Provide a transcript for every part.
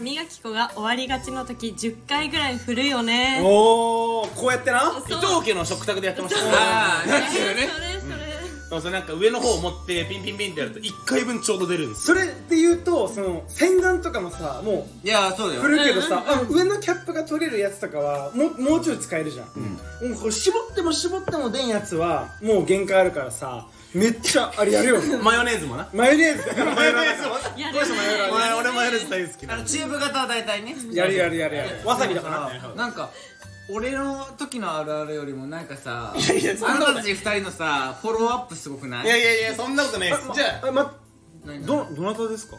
明子が終わりがちの時10回ぐらい振るよねおおこうやってなそう伊藤家の食卓でやってましたああそれやつよねそれそれそうそうなんか上の方を持ってピンピンピンってやると1回分ちょうど出るんですそれで言うとその洗顔とかもさもいやそうだうよ振るけどさ、あの上のキャップが取れるやつとかはもうもうちょい使えるじゃん、もうこれ絞っても絞っても出んやつはもう限界あるからさめっちゃあれやるよねマヨネーズもな マヨネーズだからマヨネ ーズもやるどうしてもやるお前俺マヨネーズ大好きあなのチューブ型は大体ねやるやるやるやるわさびだかななんか俺の時のあるあるよりもなんかさいやいやそんなあことなないたたち二人のさフォローアップすごくないいやいやいやそんなことないですじゃああま何どどなたですか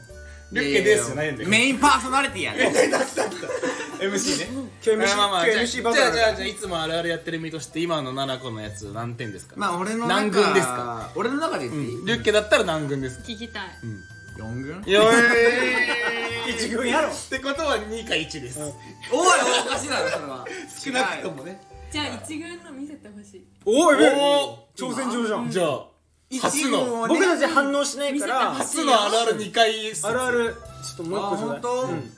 リュッケですじゃないんだよメインパーソナリティやね MC ね KMC まあまあまあじゃあ KMC バトじゃルあじゃあじゃあいつもあるあるやってる身として今の七個のやつ何点ですかまあ俺の中何軍ですか俺の中で言うっていい、んリュッケだったら何軍ですか聞きたい4軍よー一軍やろってことは2か1ですおいおかしいだろそれは少なくともねじゃあ一軍の見せてほしいおいお挑戦状じゃんじゃあ初一軍のをね僕たち反応しないから見せ初のあるある2回ですあるあるちょっともう一個ちょうだいあ本当うん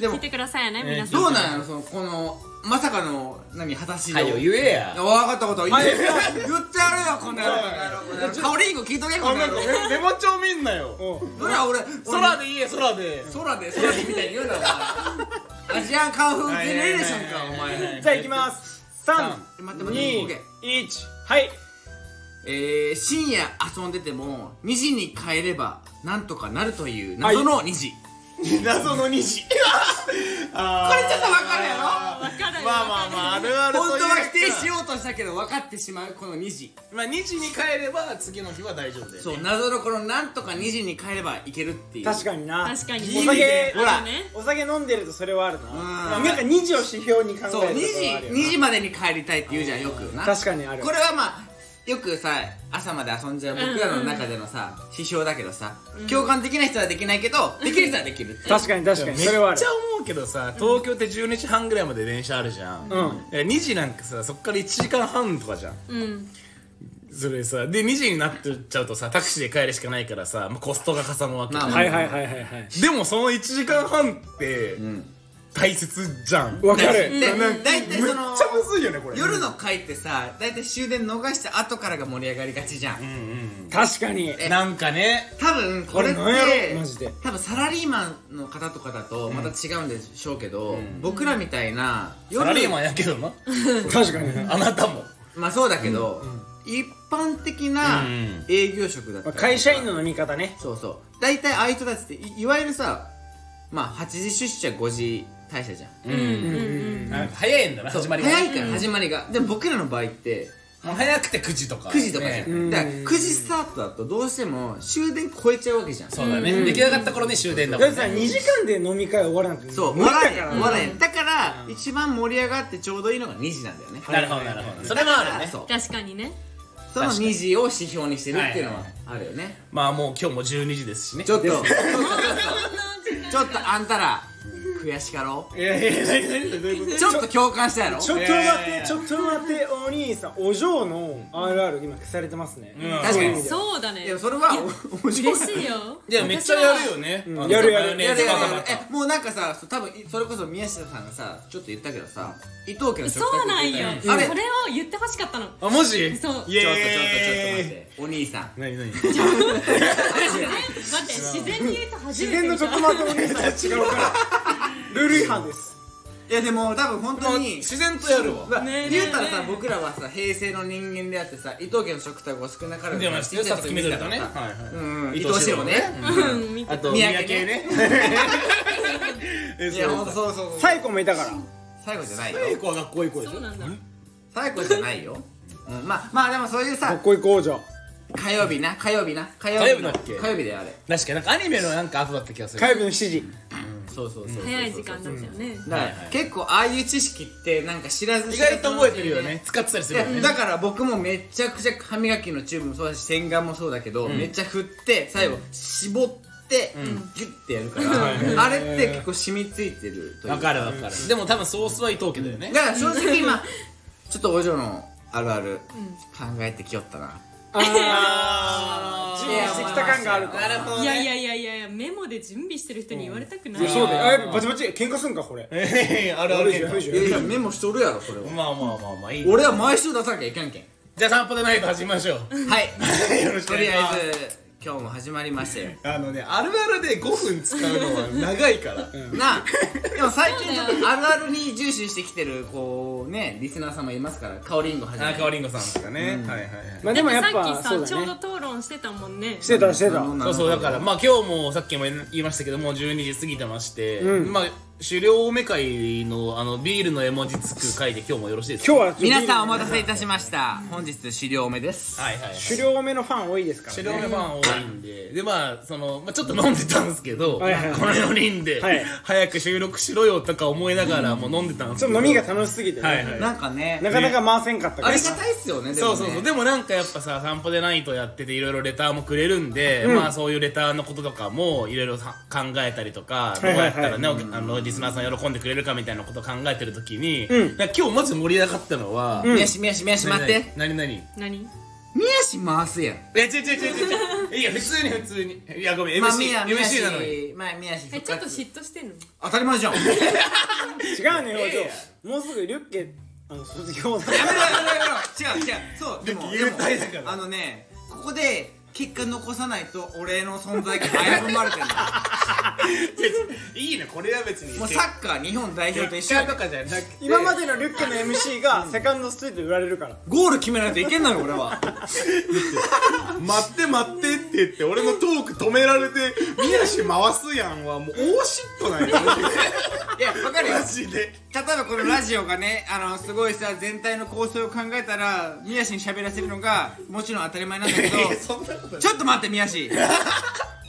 で聞もいてくださいね皆さんどうなんやろそのこのまさかの何果たしはよよ言えや分かったこと言ってやるよこの野郎カオリンゴ聞いとけこの野郎メモ帳見んなよおうそれは俺空で言え空で空で空でみたいに言うなお前アジアンカンフージェネレーションかお前じゃあいきますえ待って待って待って321はいえー深夜遊んでても2時に帰ればなんとかなるという謎の2時謎の 虹あこれちょっと分かるやろわかるよまあまあまああるある本当は否定しよようとしたけど分かってしまうこの2時うまあ2時に帰れば次の日は大丈夫だよそう謎のこのなんとか2時に帰ればいけるっていう確かにな確かにお酒ほらあのねお酒飲んでるとそれはあるなうんなんか2時を指標に考えるとそう2ころはあ時るよな2時までに帰りたいって言うじゃんよくな確かにあるこれはまあよくさ朝まで遊んじゃう僕らの中でのさ指標だけどさ共感できない人はできないけどできる人はできるって確かに確かめっにちそれゃはあ思るうけどさ東京って12時半ぐらいまで電車あるじゃん、うんえ2時なんかさそっから1時間半とかじゃんうんそれさで2時になっちゃうとさタクシーで帰るしかないからさ、まあ、コストがかさむわけ、まあはいはいはいはいはいでもその1時間半って大切じゃん、わかるで大体そのめっちゃむずいよねこれ夜の会ってさ大体終電逃した後からが盛り上がりがちじゃん確かになんかね多分これっこれなんやてろマジで多分サラリーマンの方とかだとまた違うんでしょうけど僕らみたいなサラリーマンンやけどな確かにあなたもまあそうだけど一般的なうん営業職だったまありとか会社員の飲み方ねそうそう大体ああいう人たちっていいわゆるさまあ8時出社5時退社じゃんうんうんあ早いんだなそう始まりが早いから始まりが、でも僕らの場合ってもう早くて9時とか9時とかじゃん、ねだから9時スタートだとどうしても終電超えちゃうわけじゃんそうだね、出来上がった頃ね終電だもだってんさね2時間で飲み会終わらなくてそう無理もらだえからもらえだから、一番盛り上がってちょうどいいのが2時なんだよね、なるほどなるほどそれもあるねそう確かにねその2時を指標にしてるっていうのはあるよね、まあもう今日も12時ですしねちょっとちょっとそんな時間ちょっとあんたら悔しかろいやいやいやいやどういうこちょっと共感したやろちょっとい待やいやいってやちょっと待ってお兄さんお嬢の RR 今消されてますねん確かにそうだねいやそれはいやお面白い嬉しいよといやめっちゃやるよねんあのやるやるマヨいネやーいやズいやバタバタえもうなんかさそう多分いそれこそ宮下さんがさちょっと言ったけどさ伊藤家の食そう卓なん行よってそたあれれちょをっとちょっとちょっ言ってほしかったのあマジそうイエーイと待ってお兄さん何何自然待って自然に言うと初自めて然の見ちょったと待ってお兄さんは違うからルール違反ですいやでも多分本当に自然とやるわまあねえねえ言うたらさねえ僕らはさ平成の人間であってさ伊藤家の食卓を少なからず出ましたよさっき緑とね見てたからさうんうん伊伊藤藤四四郎郎ねねうん見てあと三三宅宅ねねえいやそうほんそとうそうそうそう最後もいたから最後じゃないよ最後は学校行こうでしそょうなんだ最後じゃないようんまあまあでもそういうさ学校行こうじゃ火曜日な火曜日な火火曜日のだっけ火曜日だよあれ確かになんかアニメのなんかアフだった気がする火曜日の7時そうそうそうそう早い時間だったよねだからはいはい結構ああいう知識ってなんか知らず意知らず外と覚えてるよね使ってたりすいるやよねだから僕もめちゃくちゃ歯磨きのチューブもそうだし洗顔もそうだけど、めっちゃ振って最後絞って、ギュッてやるから、 あれって結構染みついてるというわかるわかるでも多分ソースは伊藤家だよねだから正直今ちょっとお嬢のあるある考えてきよったな、ああ 準備してきた感があるからなるほどねいやいやいやいやいやメモで準備してる人に言われたくない、いやそうだよあやっぱバチバチ喧嘩すんかこれ えあるあ悪るいじゃん悪いじゃいやいやメモしとるやろそれはまあまあまあまあいい俺は毎週出さなきゃいけんけんじゃあ散歩でナイト始めましょうはいよろし くお願いしますとりあえず今日も始まりましたよあのねあるあるで5分使うのは長いからなあでも最近ちょっとあるあるに重視してきてるこうねリスナー様いますからカオリンゴはじめ田中りんごさんですかね、はいはいはいんまであでももさやっっぱきさ、そうちだょうねど討論してたもんねしてたしてたそうそうだからまあ今日もさっきも言いましたけどもう12時過ぎてまして、まあ狩猟おめ会のあのビールの絵文字つく会で今日もよろしいですか今日は皆さんお待たせいたしました本日資料目ですはいはい、はい、狩猟目のファン多いですから狩ね猟おめファン多いんででまあその、まあ、ちょっと飲んでたんですけど、はいはいはいこの4人で、はい早く収録しろよとか思いながらもう飲んでたんですちょけっどと飲みが楽しすぎてねはいはいなんかねなかなか回せんかったあからりがたいっすよねでもそねうそうそうでもなんかやっぱさ「散歩でないと」やってていろいろレターもくれるんで、まあそういうレターのこととかもいろいろさ考えたりとか、いはいはいどうやったらね、おあのリスナーさん喜んでくれるかみたいなことを考えてる時に、なんか今日マジで盛り上がったのは、宮し宮し宮し待って何何何宮し回すやんえ違う違う違う違ういや普通に普通にいやごめん MC、まあ宮宮 MC なのにしまあ宮しえ復ちょっと活嫉妬してんの当たり 前じゃんやめ違うねよもうすぐリュッケあの卒業だろやめろやめろ違う違うそうでも幽体だからでもあのねここで結果残さないと俺の存在が危ぶ まれてるいいねこれは別にもうサッカー日本代表と一結緒や果とかじゃなくて今までのリュッケの MC がセカンドストリートで売られるからゴール決めないといけんのよ俺は待って待ってって言って俺のトーク止められて宮氏回すやんはもう大嫉妬なんよ いやわかるよマジで例えばこのラジオがねあのすごいさ全体の構成を考えたら宮氏に喋らせるのがもちろん当たり前なんだけ どそんなことないちょっと待って宮 氏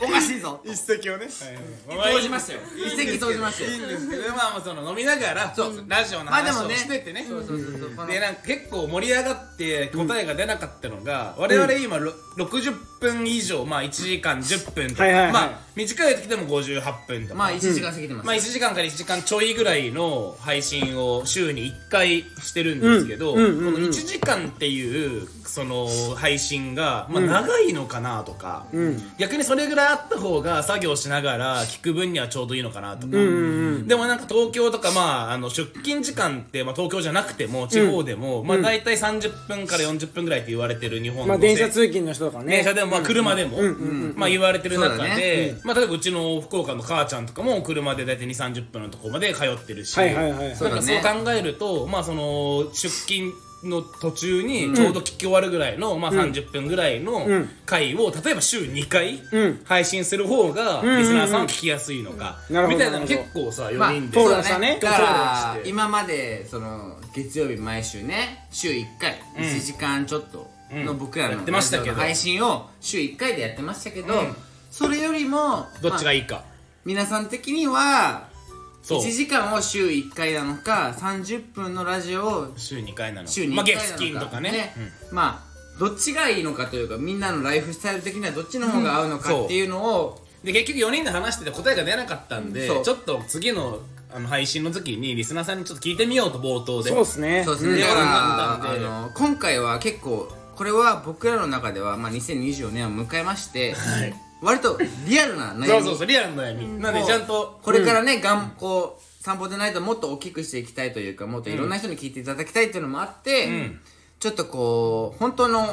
おかしいぞ一石をね 投じましたよ一石投じましたよいいんですけどまあまあその飲みながらそうラジオのまあで話もをねしててねそうそうそうそうこのでなんか結構盛り上がって答えが出なかったのが、我々今ろ60分以上まあ1時間10分とか、はいはいはいまあ短い時でも58分とか、ままああ1時間過ぎてます、 1時間から1時間ちょいぐらいの配信を週に1回してるんですけど、うんうんうんうんこの1時間っていうその配信が、まあ、長いのかなとか、逆にそれぐらいあった方が作業しながら聞く分にはちょうどいいのかなとか、でもなんか東京とか、まあ、あの出勤時間って、まあ、東京じゃなくても地方でも、まあ、大体30分から40分ぐらいって言われてる日本のまあ電車せ通勤の人とかね電車でも、まあ、車でも、まあ、言われてる中そうだで、まあ、例えばうちの福岡の母ちゃんとかも車で大体2 3 0分のとこまで通ってるし、はいはいはいそうだねなんかそう考えると、まあ、その出勤の途中にちょうど聞き終わるぐらいの、まあ、30分ぐらいの回を例えば週2回ん配信する方がリスナーさんは聞きやすいのか、うんなるほみどたいなの結構さ4人で討そう論だしたねだか討論しらて今までその月曜日毎週ね週1回1時間ちょっとの僕らのやってましたけどラジオの配信を週1回でやってましたけど、それよりもどっちがまあいいか、皆さん的にはそう1時間を週1回なのか30分のラジオを週2回なの週にまあ、 1回なの月か、金とかねまあどっちがいいのかというかみんなのライフスタイル的にはどっちの方が合うのうんそかうっていうのを、で結局4人で話してて答えが出なかったんで、そうちょっと次のあの配信の時にリスナーさんにちょっと聞いてみようと冒頭でそうっすねそうですね、うんだかうらあんの今回は結構これは僕らの中では、まあ、2024年を迎えまして、割とリアルな悩みそうそうそうリアルな悩み、なんでちゃんとこれからね、がんこう散歩でないともっと大きくしていきたいというかもっといろんな人に聞いていただきたいっていうのもあって、んちょっとこう本当の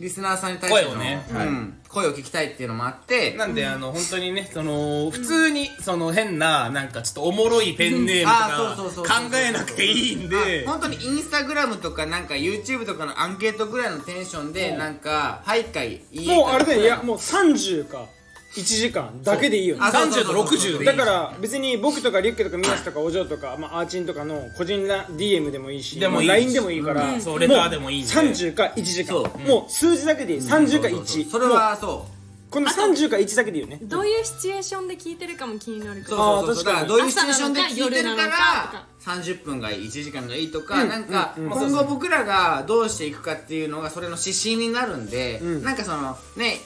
リスナーさんに対しての声をねうんはい声を聞きたいっていうのもあってなんであの本当にねその普通にその変ななんかちょっとおもろいペンネームとあーそうそうそうか考えなくていいんであ本当にインスタグラムとかなんか YouTube とかのアンケートぐらいのテンションでなんか「はいかい」いいかもうあれだよいやもう30か1時間だけでいいよねあ30と60でいいだから別に僕とかリュッケとかミヤスとかお嬢とか、まあ、アーチンとかの個人ラ DM でもいいしでもいいしまあ LINE でもいいから、うんそうレターでもいいんで30か1時間そうもう数字だけでいい30か1、それもはそううこの30か1だけでいいよねどういうシチュエーションで聞いてるかも気になるかそうらそうそあー確うだかからにどういうシチュエーションで聞いてるか朝なのか夜なのらか30分がいい1時間がいいとか、なんか今後僕らがどうしていくかっていうのがそれの指針になるんで、なんかそのね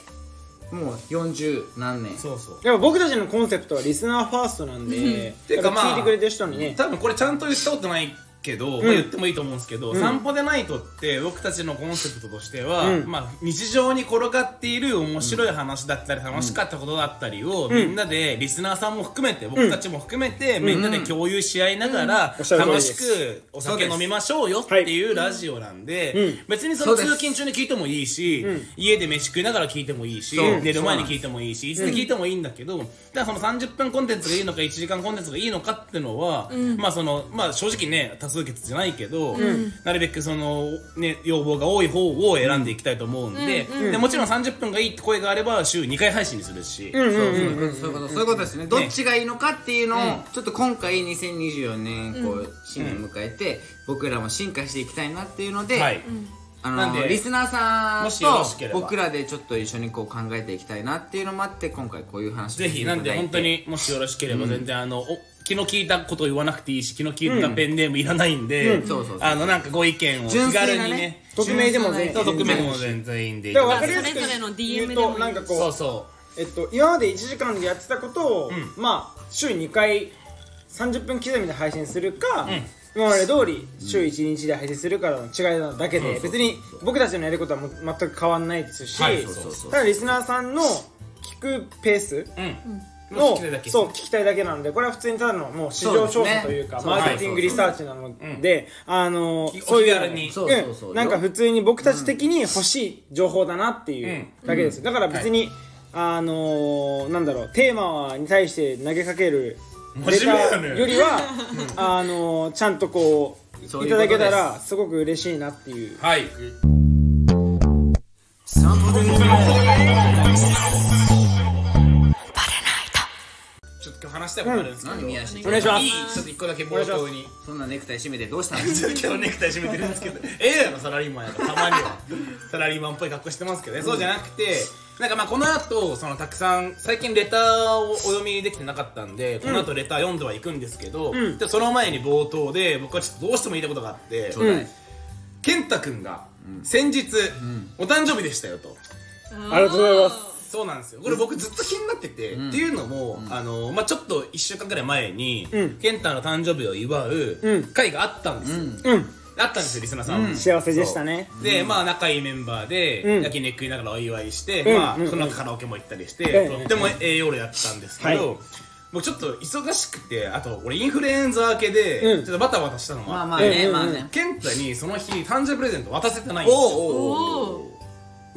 もう40何年そうそうやっぱ僕たちのコンセプトはリスナーファーストなんで、ていうかまあやっぱ聞いてくれてる人にね多分これちゃんと言ったことないけど、まあ、言ってもいいと思うんですけど、散歩でないとって僕たちのコンセプトとしては、まあ、日常に転がっている面白い話だったり楽しかったことだったりを、みんなでリスナーさんも含めて僕たちも含めて、みんなで共有し合いながら、おっしゃる通り楽でしすくお酒飲みましょうよっていうラジオなんで、別にそそうので通す勤中に聞いてもいいし、家で飯食いながら聞いてもいいし、そう寝る前に聞いてもいいしいつで聞いてもいいんだけど、だからその30分コンテンツがいいのか1時間コンテンツがいいのかってのは、まあそのまあ正直ね多数決じゃないけど、なるべくそのね要望が多い方を選んでいきたいと思うんで,、でもちろん30分がいいって声があれば週2回配信にするし、そういうことそういうことですねどっちがいいのかっていうのをちょっと今回2024年こう新年迎えて僕らも進化していきたいなっていうので、はい、あのなんでリスナーさもしよろしんけれとば僕らでちょっと一緒にこう考えていきたいなっていうのもあって今回こういう話をぜひなんで本当にもしよろしければ全然あの、お気の利いたことを言わなくていいし気の利いたペンネームいらないんで、んそうそうそうあのなんかご意見を気純粋なね軽にね匿名でも全そう然匿名も全然いいんでだから分かりやそすくれぞれの DM 言うでもいいとなんかそこうそうう、えっと、今まで1時間でやってたことを、まあ週2回30分刻みで配信するか、今まで通り週1日で配信するからの違いなだけで、別に僕たちのやることはもう全く変わんないですし、はいそうそうそうただリスナーさんの聞くペースうんの、聞きたいだけそう聞きたいだけなのでこれは普通にただのもう市場そ調うです査ねというかそうマーケティングリサーチなので、あのきそういうお気軽にそうそうそううんなんか普通に僕たち的に欲しい情報だなっていうだけです、だから別に、あのー、なんだろうテーマに対して投げかけるレ真タ面目やーねよりは、あのー、ちゃんとこうそういいうたこだとですけたらすごく嬉しいなっていうはいちょっと今日話したいことあるんですけど、何宮下お願いしますいいちょっと一個だけ冒頭にそんなネクタイ締めてど うしたのちょっと今日ネクタイ締めてるんですけどええやろサラリーマンやからたまにはサラリーマンっぽい格好してますけどねそうじゃなくてなんかまあこの後そのたくさん最近レターをお読みできてなかったんでこの後レター読んではいくんですけど、でその前に冒頭で僕はちょっとどうしても言いたいことがあって、ちょうだい健太くんが先日、お誕生日でしたよと。ありがとうございますそうなんですよこれ僕ずっと気になってて、っていうのも、あのまあ、ちょっと1週間ぐらい前に、健太の誕生日を祝う会があったんですよ、うんあったんですよリスナーさんも、幸せでしたねで、まあ仲いいメンバーでん焼肉食いながらお祝いして、んまあ、うんその中カラオケも行ったりして、うんとってもええ夜やったんですけど、はいもうちょっと忙しくてあと俺インフルエンザ明けで、うんちょっとバタバタしたのは、まあまあねうんまあね健太にその日誕生日プレゼント渡せてないんですよおうおうおうお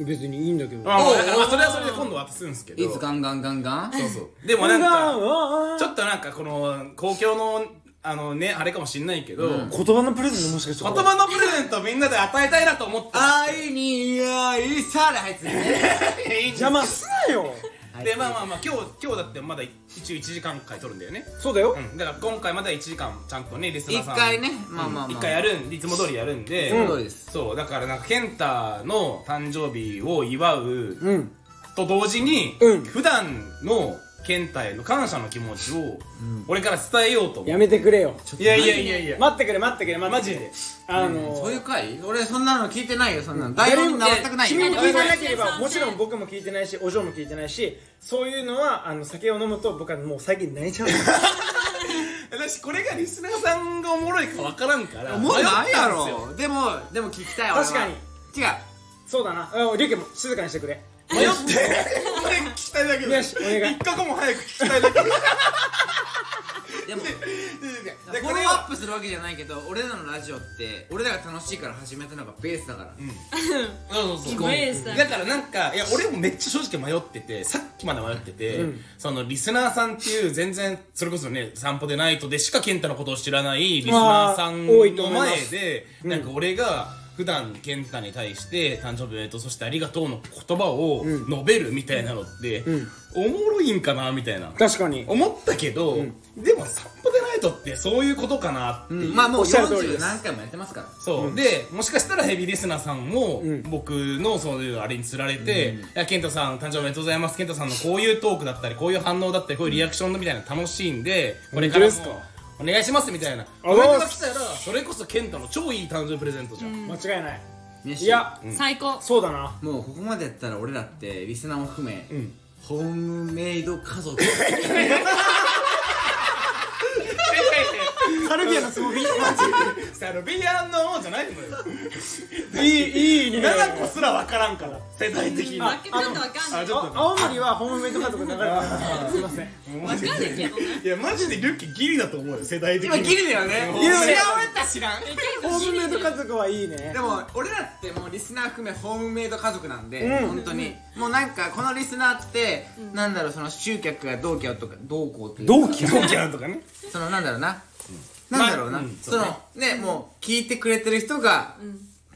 お別にいいんだけどまあまあだからまあそれはそれで今度渡すんですけどいつガンガンガンガンそうそうでもなんかちょっとなんかこの公共のあのねあれかもしんないけど、言言葉のプレゼントもしかして葉のプレゼントみんなで与えたいなと思って愛に愛され入ってる ね邪魔すなよでまあまあまあ今日今日だってまだ一応1時間回撮るんだよねそうだようんだから今回までは1時間ちゃんとねリスナ一ーさん回ねまあまあ一まあ回やるんいつも通りやるんで、いつも通りですそうだからなんか健太の誕生日を祝ううんと同時に、うん普段の健太への感謝の気持ちを俺から伝えようと思やうめてくれよいやいやいやいや待ってくれ待ってくれ待ってくれマあのそういう回俺そんなの聞いてないよそんなの台誰本もに習ったくないよ君も聞いてなけれ誰ばももちろん僕も聞いてないしお嬢も聞いてないしそういうのはあの酒を飲むと僕はもう最近泣いちゃう私これがリスナーさんがおもろいかわからんからもうないや迷ったんろでもでも聞きたい俺は確かに違うそうだなあリュウケも静かにしてくれですよ迷って 俺聞きたいだけよしお願い一刻も早く聞きたいだけでもフでォこロれーアはップするわけじゃないけど俺らのラジオって俺らが楽しいから始めたのがベースだからそうそうすごいですねだからなんかいや俺もめっちゃ正直迷っててさっきまで迷ってて、そのリスナーさんっていう全然それこそね散歩でないとでしか健太のことを知らないリスナーさんまあ多いとの思いま前すでなんか俺が普段健太に対して誕生日おめでとうそしてありがとうの言葉を述べるみたいなのって、おもろいんかなみたいな確かに思ったけど、でも散歩でないとってそういうことかなっていう、まあもうおっしゃる通りで40す何回もやってますからそう、でもしかしたらヘビーリスナーさんも僕のそういうあれにつられて「いや健太さん誕生日おめでとうございます健太さんのこういうトークだったりこういう反応だったりこういうリアクションみたいなの楽しいんでこれからも本当でお願いします」みたいなりコがメとンうございトがま来すたらそれこそ健太の超いい誕生日プレゼントじゃん、 間違いないいいや最高そうだなもうここまでやったら俺らってリスナーも含め、ホー ムメイド家族いやいやいやサルビアのつもりサルビアのじゃないのよいいいいね7個すら分からんから世代的にわけなんかわかんないあちょっと あ青森はホームメイドカードが流れて ますすいませんわか んないけどねいやマジでリュッキーギリだと思うよ世代的今にギリだよねいやいやった知らんホームメイド家族はいいねでも俺らってもうリスナー含めホームメイド家族なんで、うん本当にもうなんかこのリスナーって、なんだろうその集客がどうきゃとかどうこうっていうか期同期なんとかねそのなんだろうな、なんだろうまな、あうんそのねもう聞いてくれてる人が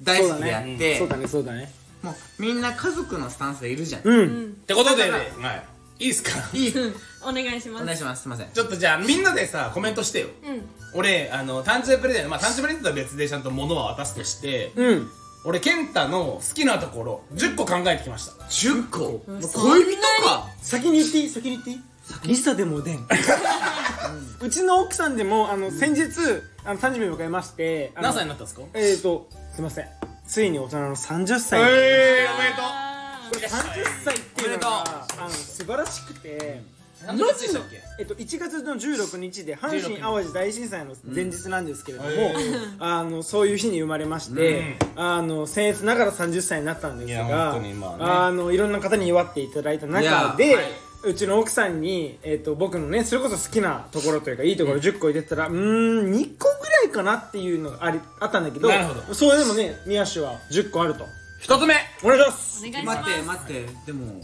大そう好だきであって、ねそうだねそうだねもうみんな家族のスタンスでいるじゃん、うんってことで、だからはい、いいっすかいいうんお願いしまお願いすしますすいませんちょっとじゃあみんなでさコメントしてようん俺あの誕生日プレゼントまあ誕生日プレゼントは別でちゃんと物は渡すとして、うん俺健太の好きなところ10個考えてきました10個恋人か先に言っていい先に言っていいリサでもお でんうちの奥さんでもあの先日あの誕生日を迎えましてあの何歳になったんですかえーとすいませんついに大人の30歳にえー、おめでとうあ30歳っていうのがあの素晴らしくて、何歳でしたっけえっと、1月の16日で阪神・淡路大震災の前日なんですけれども、うんへあのそういう日に生まれまして、あの僭越ながら30歳になったんですいやが本当にまあねあのいろんな方に祝っていただいた中いで、やはいうちの奥さんに、えっと、僕のねそれこそ好きなところというかいいところ10個入れてたらうーん2個ぐらいかなっていうのがありあったんだけどなるほどそれでもね宮氏は10個あると1つ目お願いします お願いし待まってす待ってでも10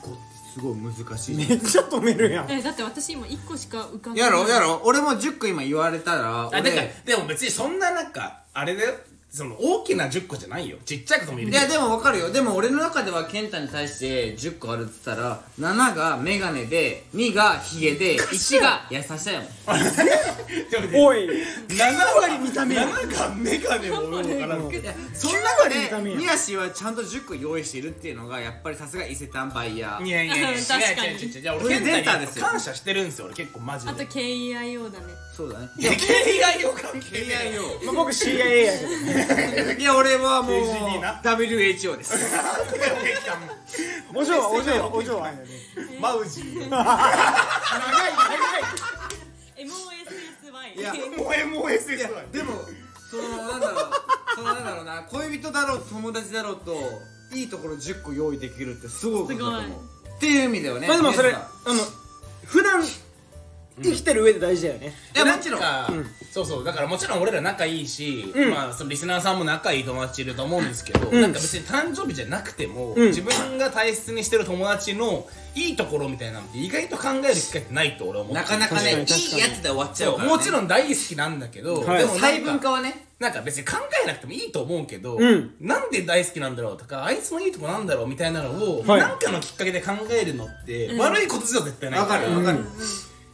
個ってすごい難しいじゃんめっちゃ止めるやんえだって私今一個しか浮かんでないやろやろ俺も10個今言われたらあ俺だからでも別にそんななんかあれだよその大きな10個じゃないよちっちゃくとも入れいてやでも分かるよでも俺の中では健太に対して10個あるって言ったら7がメガネで2がヒゲで1が優しさやもんおい7割見た目7がメガネも俺もからんけどその9割見た中目でや宮氏はちゃんと10個用意してるっていうのがやっぱりさすが伊勢丹バイヤいーやいやいや違う確かに違う違う違うこれ俺健データ太にですよ感謝してるんですよ俺結構マジあとで KEIO だねそうだねいや KEI を関係ない KIO まあ僕 CIA やけどいや俺はもう KGD な WHO ですお嬢はお嬢はお嬢はマウジー長い長 MOSSY いや萌え萌えせすわでもそのなんだろうそのなんだろうな恋人だろうと友達だろうといいところ10個用意できるってすごいことだと思うすごいっていう意味だよねまあでもそれ皆あさの普段生きてる上で大事だよねんいやもちろんなんかそうそうだからもちろん俺ら仲いいし、うんまあそのリスナーさんも仲いい友達いると思うんですけど、んなんか別に誕生日じゃなくても、うん自分が大切にしてる友達のいいところみたいなのって意外と考える機会ってないと俺は思ってなるかなかねいい確かにや確かつにで終わっちゃそううから、ね、もちろん大好きなんだけど、はいでも細な分んか化はねなんか別に考えなくてもいいと思うけど、うんなんで大好きなんだろうとかあいつのいいとこなんだろうみたいなのを、はいなんかのきっかけで考えるのって、悪いことじゃ絶対ないわかるわかる、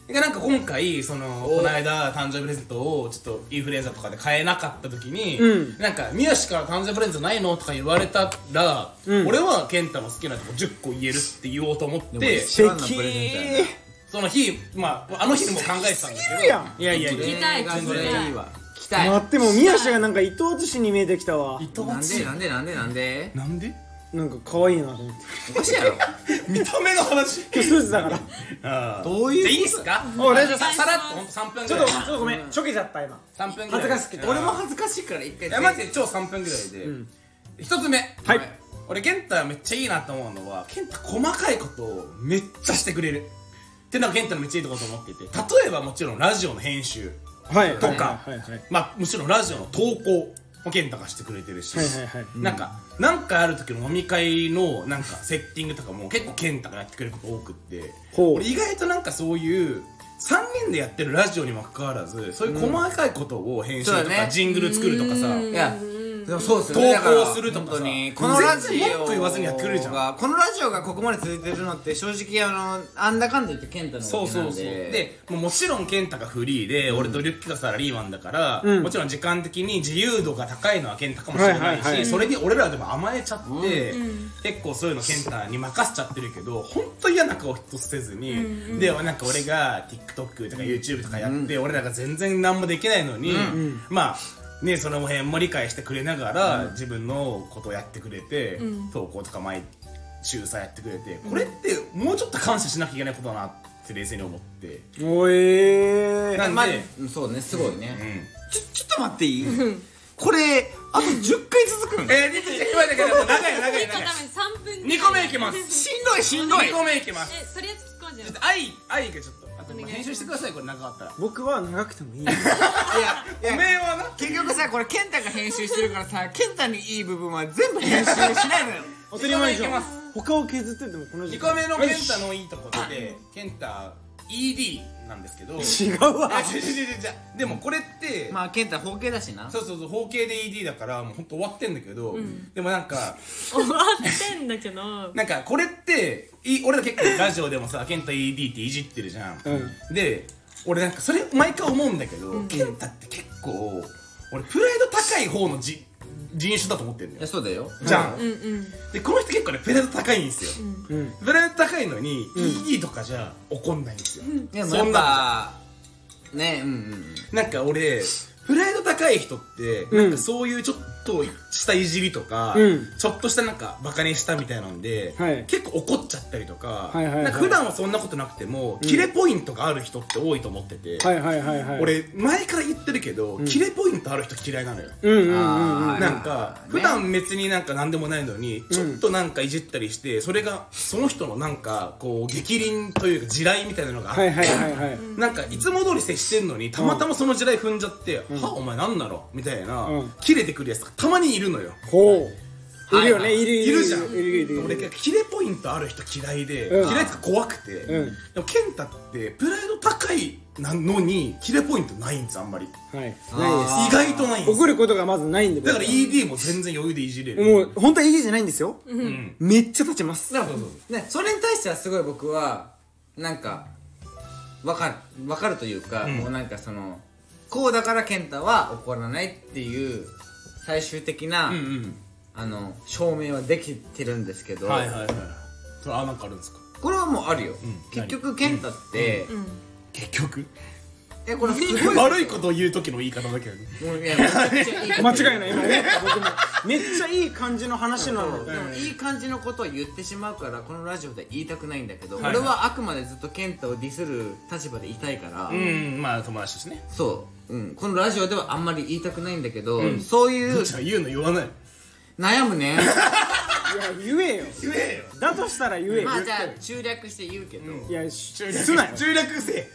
でなんか今回そのこの間誕生日プレゼントをちょっとインフルエンザとかで買えなかった時に、うんなんか「宮氏から誕生日プレゼントないの?」とか言われたら、うん俺は健太の好きなとこ10個言えるって言おうと思ってでも一番のプレゼントや敵その日まああの日も考えてたんですけどるやんいやいやいや聞きたいそれがそれがいいわ聞きたい待ってもう宮下がなんか伊藤寿司に見えてきたわなんでなんでなんでなんでなんで なんか可愛いなと思っておかしいやろ見た目の話今日スーツだからどういうでいいっすかおいラジオささらっとほんと3分ちぐょっとらいちょっとごめんちょけちゃった今3分ぐらい恥ずかしくて 俺も恥ずかしいから一回いやマジで超3分ぐらいで、一つ目はい俺健太めっちゃいいなと思うのは健太細かいことをめっちゃしてくれるっていうのが健太のめっちゃいいところと思ってて例えばもちろんラジオの編集はいとかはいはいはいまあもちろんラジオの投稿も健太がしてくれてるし、はいはいはいなんかなんかある時の飲み会のなんかセッティングとかも結構健太がやってくれること多くってほう俺意外となんかそういう3人でやってるラジオにもかかわらずそういう細かいことを編集とそうかだねジングル作るとかさ、いやでもそうですよ投ねだから稿するとかさ本当にこのラジ全然文オ句言わずにやってくれるじゃんがこのラジオがここまで続いてるのって正直あのあんだかんだ言って健太のそうことそなうんでそうでもうもちろん健太がフリーで、俺とリュッキがサラリーマンだから、うんもちろん時間的に自由度が高いのは健太かもしれないし、はいはいはいそれに俺らでも甘えちゃって、うん結構そういうの健太に任せちゃってるけど本当嫌な顔一つせずに、でなんか俺が TikTok とか YouTube とかやって、俺らが全然何もできないのに、まあね、その辺も理解してくれながら、自分のことをやってくれて、投稿とか毎週さやってくれてこれってもうちょっと感謝しなきゃいけないことだなっって冷静に思っておえなんで、まあうんそうねすごいねちょちょっと待っていいこれあと10回続くんえー、今だけど長い長い長い3分二個目いきますしんどいしんどい2個目いきますえとりあえず聞こう じゃん愛愛がちょっとあとお願い編集してくださいこれ長かったら僕は長くて もいいいやおめえはな結局さこれ健太が編集してるからさ健太にいい部分は全部編集 しないのよ当たり前じ二個ゃ目いきんま他を削っててもこの時2個目のよ健し太のいいとこって健太 ED なんですけど違うわあ違う違う違う違うでもこれって、まあ健太方形だしなそうそうそう方形で ED だからもうほんと終わってんだけど、でもなんか終わってんだけどなんかこれってい俺ら結構ラジオでもさ健太 ED っていじってるじゃん、うで俺なんかそれ毎回思うんだけど、健太って結構俺プライド高い方のじ人種だと思ってんだいやよそうだよじゃん、うんうんでこの人結構ねプライド高いんですよ、うんプライド高いのに、ED とかじゃ怒んないんですよ、いやもうそやんっなぱねうんうんなんか俺プライド高い人って、うんなんかそういうちょっとしたいじりとか、うんちょっとしたなんかバカにしたみたいなんで、はい結構怒っちゃったりとか,、はいはいはいなんか普段はそんなことなくても、キレポイントがある人って多いと思ってて、はいはいはいはい俺前から言ってるけど、キレポイントある人嫌いなのよ、うんうんうんうんあーなんかね普段別になんか何でもないのにちょっとなんかいじったりしてそれがその人のなんかこう逆鱗というか地雷みたいなのがあっはいてはいはいはいなんかいつも通り接してんのにたまたまその地雷踏んじゃって「はお前なんなの?」みたいなうん切れてくるやつがたまにいるのよほういるよはねいはいいるいいるるじゃんいるいるいるい俺るがキレポイントある人嫌いでうん嫌いってか怖くてでうんも健太ってプライド高いなのにキレポイントないんですあんまりはいないであ意外とないすんです怒ることがまずないんでだから僕は ED も全然余裕でいじれるもう本当は ED じゃないんですようんめっちゃ立ちますでもそうそうねそれに対してはすごい僕はなんかわかるわかるというか、んもうなんかそのこうだから健太は怒らないっていう最終的な、うんうんあの証明はできてるんですけど、はいはいはいそれあなんかあるんですかこれはもうあるよ、ん結局健太って、結局えこれす ごい悪いことを言う時の言い方だけどねもういやめちゃくちゃいい間 違いない今思った 僕もめっちゃいい感じの話なのにでもいい感じのことを言ってしまうからこのラジオでは言いたくないんだけど、いはい俺はあくまでずっと健太をディスる立場でいたいから、うんまあ友達ですねそう、うん、このラジオではあんまり言いたくないんだけど、そういうじゃあ言うの言わない悩むねいや言えよ言えよだとしたら言えよまあじゃあ中略して言うけど、いやし中略すなよ中略せ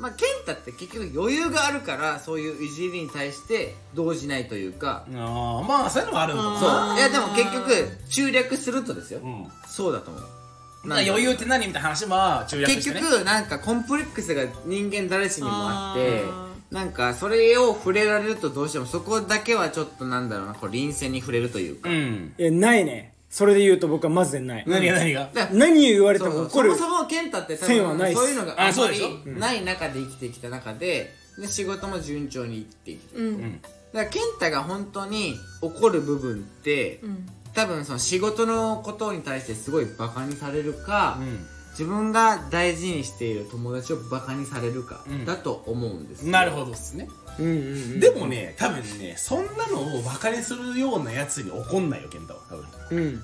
まあ健太って結局余裕があるからそういういじりに対して動じないというか、ああまあそういうのはあるのかもそういやでも結局中略するとですよ、んそうだと思うなんか余裕って何みたいな話は中略して結ね局なんかコンプレックスが人間誰しにもあってあなんかそれを触れられるとどうしてもそこだけはちょっとなんだろうなこう臨戦に触れるというか、うんいやないねそれで言うと僕はマジでない何が何がだから何言われてそもう怒そるもそも健太って多線はない分っすそういうのがああんそまうでしょりない中で生きてきた中でで仕事も順調にいってきてる、んだから健太が本当に怒る部分って、多分その仕事のことに対してすごいバカにされるか、ん自分が大事にしている友達をバカにされるかだと思うんです、なるほどっすねうんうんうんでもね多分ねそんなのをバカにするようなやつに怒んないよ健太は多分うん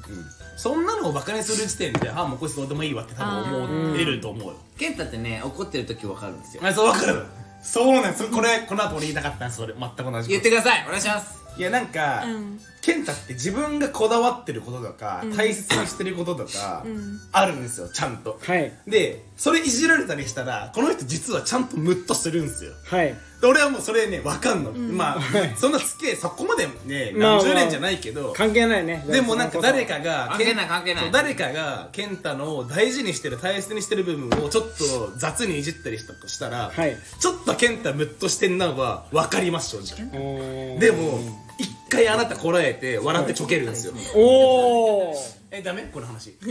そんなのをバカにする時点でああもうこいつどうでもいいわって多分思えると思うよ健太ってね怒ってる時わかるんですよあそう分かるそうなんそれこれこの後俺言いたかったんですそれ全く同じこと言ってくださいお願いしますいやなんか、うん健太って自分がこだわってることとか、大切にしてることとか、あるんですよちゃんと、はいでそれいじられたりしたらこの人実はちゃんとムッとするんですよはいで俺はもうそれねわかんの、まあそんな付き合いそこまでねまあ何十年じゃないけど、関係ないねでもなんか誰かが関係ない関係ないそう誰かが健太の大事にしてる大切にしてる部分をちょっと雑にいじったりしたとしたら、はいちょっと健太ムッとしてんなは分かります正直おでも一回あなたこらえて笑ってちょけるんですよおおえダメこの話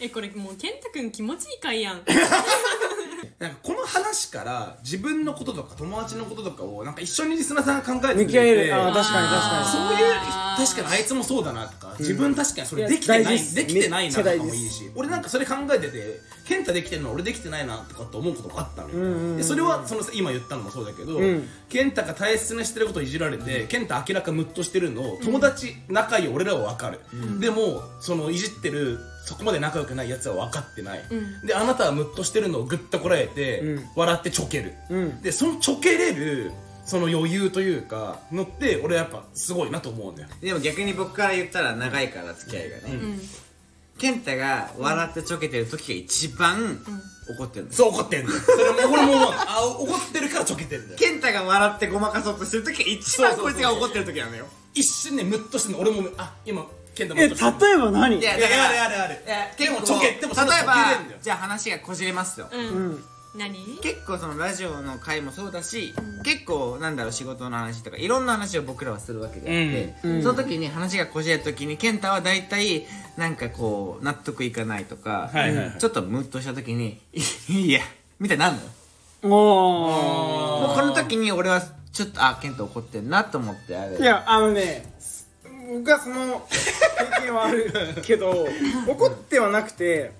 えこれもう健太くん気持ちいい回やんなんかこの話から自分のこととか友達のこととかをなんか一緒にリスナーさんが考えて向くき合れえてるあー確かに確かにそういう確かにあいつもそうだなとか、自分確かにそれできてないいや大事っすできてないなとかめっちゃ大もい事いっし俺なんかそれ考えてて健太できてるの俺できてないなとかって思うことがあったのよ、でそれはその今言ったのもそうだけど、ん健太が大切にしてることをいじられて、健太明らかムッとしてるのを友達仲いい俺らは分かる、でもそのいじってるそこまで仲良くないやつは分かってない、であなたはムッとしてるのをグッとこらえて、笑ってちょける、んでそのちょけれるその余裕というかのって俺やっぱすごいなと思うんだよでも逆に僕から言ったら長いから付き合いがね、健太が笑ってちょけてる時が一番怒ってるの、そう怒ってんだよそれも俺も思うあ怒ってるからちょけてるんだよ健太が笑ってごまかそうとしてる時が一番こいつが怒ってる時なのよ一瞬ねムッとしてんの俺もあ今ケンタムえッ例としてるえば何いやいやいやあれあれあれいやで結も構ちょけでも例そえんなちょけれんだばよじゃあ話がこじれますよ、うん、何結構そのラジオの回もそうだし、結構なんだろう仕事の話とかいろんな話を僕らはするわけであって、その時に話がこじれた時に健太は大体なんかこう納得いかないとか、はいはいはいちょっとムッとした時に 「いや」みたいになるのよおーもうこの時に俺はちょっとあ健太怒ってんなと思ってあれいやあのね僕はその経験はあ るけど怒ってはなくて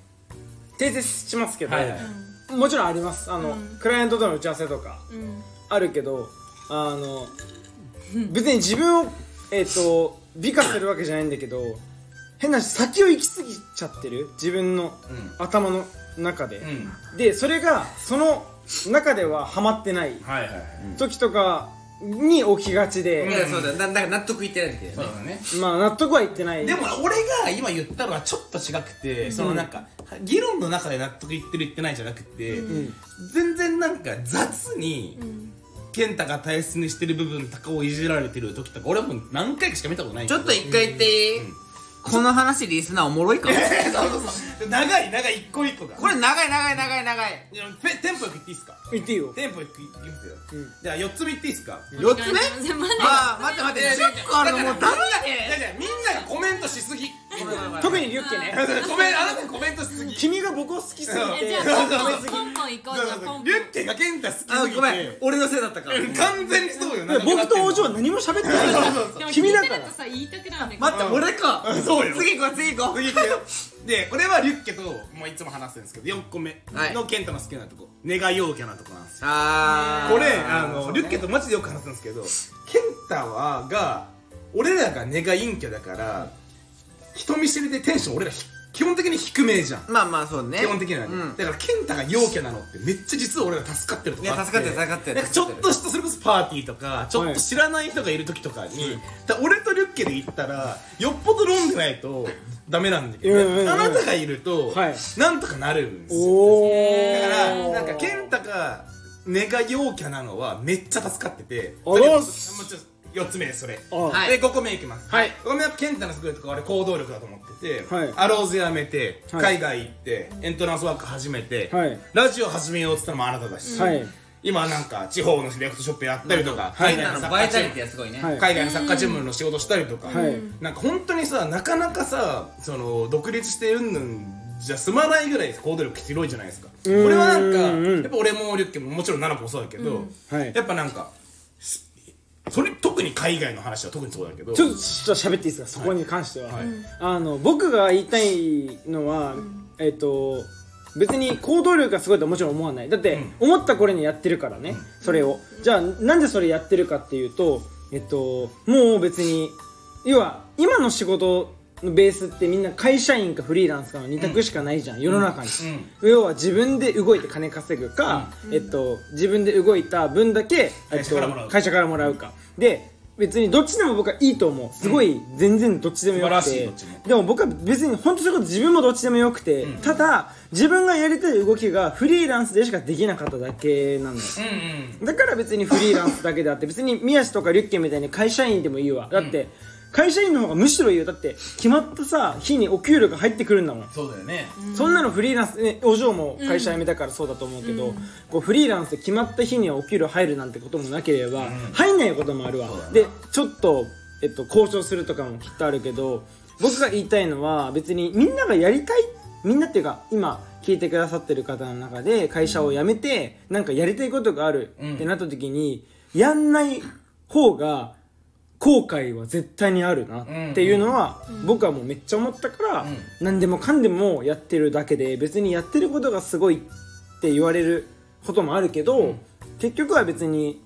訂正しますけど、はいはいもちろんありますあの、クライアントとの打ち合わせとかうんあるけどあの別に自分を、えっと美化するわけじゃないんだけど変な話先を行き過ぎちゃってる自分の頭の中で、うんでそれがその中ではハマってないはいはいはい時とかに起きがちで、いやそうだだだから納得いってない時だよそうねだねまあ納得はいってないでも俺が今言ったのはちょっと違くて、そのなんか議論の中で納得いってるいってないじゃなくて、全然なんか雑に、健太が大切にしてる部分とかをいじられてる時とか俺はもう何回かしか見たことないちょっと一回言っていい、この話リスナーおもろい かもえそうそうそう長い長い一個一個がこれ長い長い長い長いいやペテンポよく言っていいですか言っていいよテンポよく言っていいですよ、じゃあ4つ目言っていいですか、 4つ目まああ待って待って10個あるのもうダメだいやいやみんながコメントしすぎ特にリュッケねコメンあなたコメントしすぎ君が僕を好きすぎてうんだじゃあ褒めすぎポンポンポン行こうじゃあポンポンリュッケが健太あ好きすぎごめんて俺のせいだったから完全にそうよ僕とお嬢は何も喋ってないじゃんでも聞君いだてからるとさ言いたくなるんだけど待って俺かそうよ次行こう次行こう次行くよで俺はリュッケともういつも話してるんですけど4個目はいの健太の好きなとこ願いようキャなとこなんですよあこれあのリュッケとマジでよく話すんですけど健太はが俺らが根が陰キャだから人見知りでテンション俺らひ基本的に低めじゃんまあまあそうね基本的にはね、うんだから健太が陽キャなのってめっちゃ実は俺ら助かってるとかあいや助かってる助かってるなんかちょっとしたそれこそパーティーとかちょっと知らない人がいる時とかに、だから俺とリュッケで行ったらよっぽど飲んでないとダメなんだけど、うんうんうんあなたがいると、はいなんとかなるんですよおだかーらなんか健太が根が陽キャなのはめっちゃ助かっててあらっすもうちょっと4つ目それあはいで5個目いきます、はい5個目は健太のすごいところは俺行動力だと思ってて、はいアローズやめて、はい海外行ってエントランスワーク始めて、はいラジオ始めようって言ったのもあなただし、はい今なんか地方のセレクトショップやったりとか、変海外なのサのッカバーイチターリムティがすごいねはい海外のサッカーチームの仕事したりとか、はいなんか本当にさなかなかさその独立してうんぬんじゃ済まないぐらい行動力広いじゃないですかこれはなんかうんやっぱ俺もリュッケももちろん奈々子もそうだけど、はいやっぱなんかすそれ特に海外の話は特にそうだけどちょっとちょっと喋っていいですかそこに関しては、あの僕が言いたいのは、えっ、と別に行動力がすごいとはもちろん思わないだって、思ったこれにやってるからね、それをじゃあなんでそれやってるかっていうとえっともう別に要は今の仕事のベースってみんな会社員かフリーランスかの2択しかないじゃん、世の中に、要は自分で動いて金稼ぐか、えっと、自分で動いた分だけえっ会社とからもらう会社からもらうかで別にどっちでも僕はいいと思うすごい全然どっちでもよく素晴らしいてどっちもでも僕は別に本当それこそ自分もどっちでもよくてただ自分がやりたい動きがフリーランスでしかできなかっただけなんですうんうんだから別にフリーランスだけであって別に宮地とかリュッケみたいに会社員でもいいわだって会社員の方がむしろいいよだって決まったさ日にお給料が入ってくるんだもんそうだよねそんなのフリーランス、ね、お嬢も会社辞めたからそうだと思うけど、こうフリーランスで決まった日にはお給料入るなんてこともなければ、入んないこともあるわ、でちょっと、えっと、交渉するとかもきっとあるけど僕が言いたいのは別にみんながやりたいみんなっていうか今聞いてくださってる方の中で会社を辞めて、なんかやりたいことがあるってなった時に、やんない方が後悔は絶対にあるなっていうのは僕はもうめっちゃ思ったから何でもかんでもやってるだけで別にやってることがすごいって言われることもあるけど結局は別に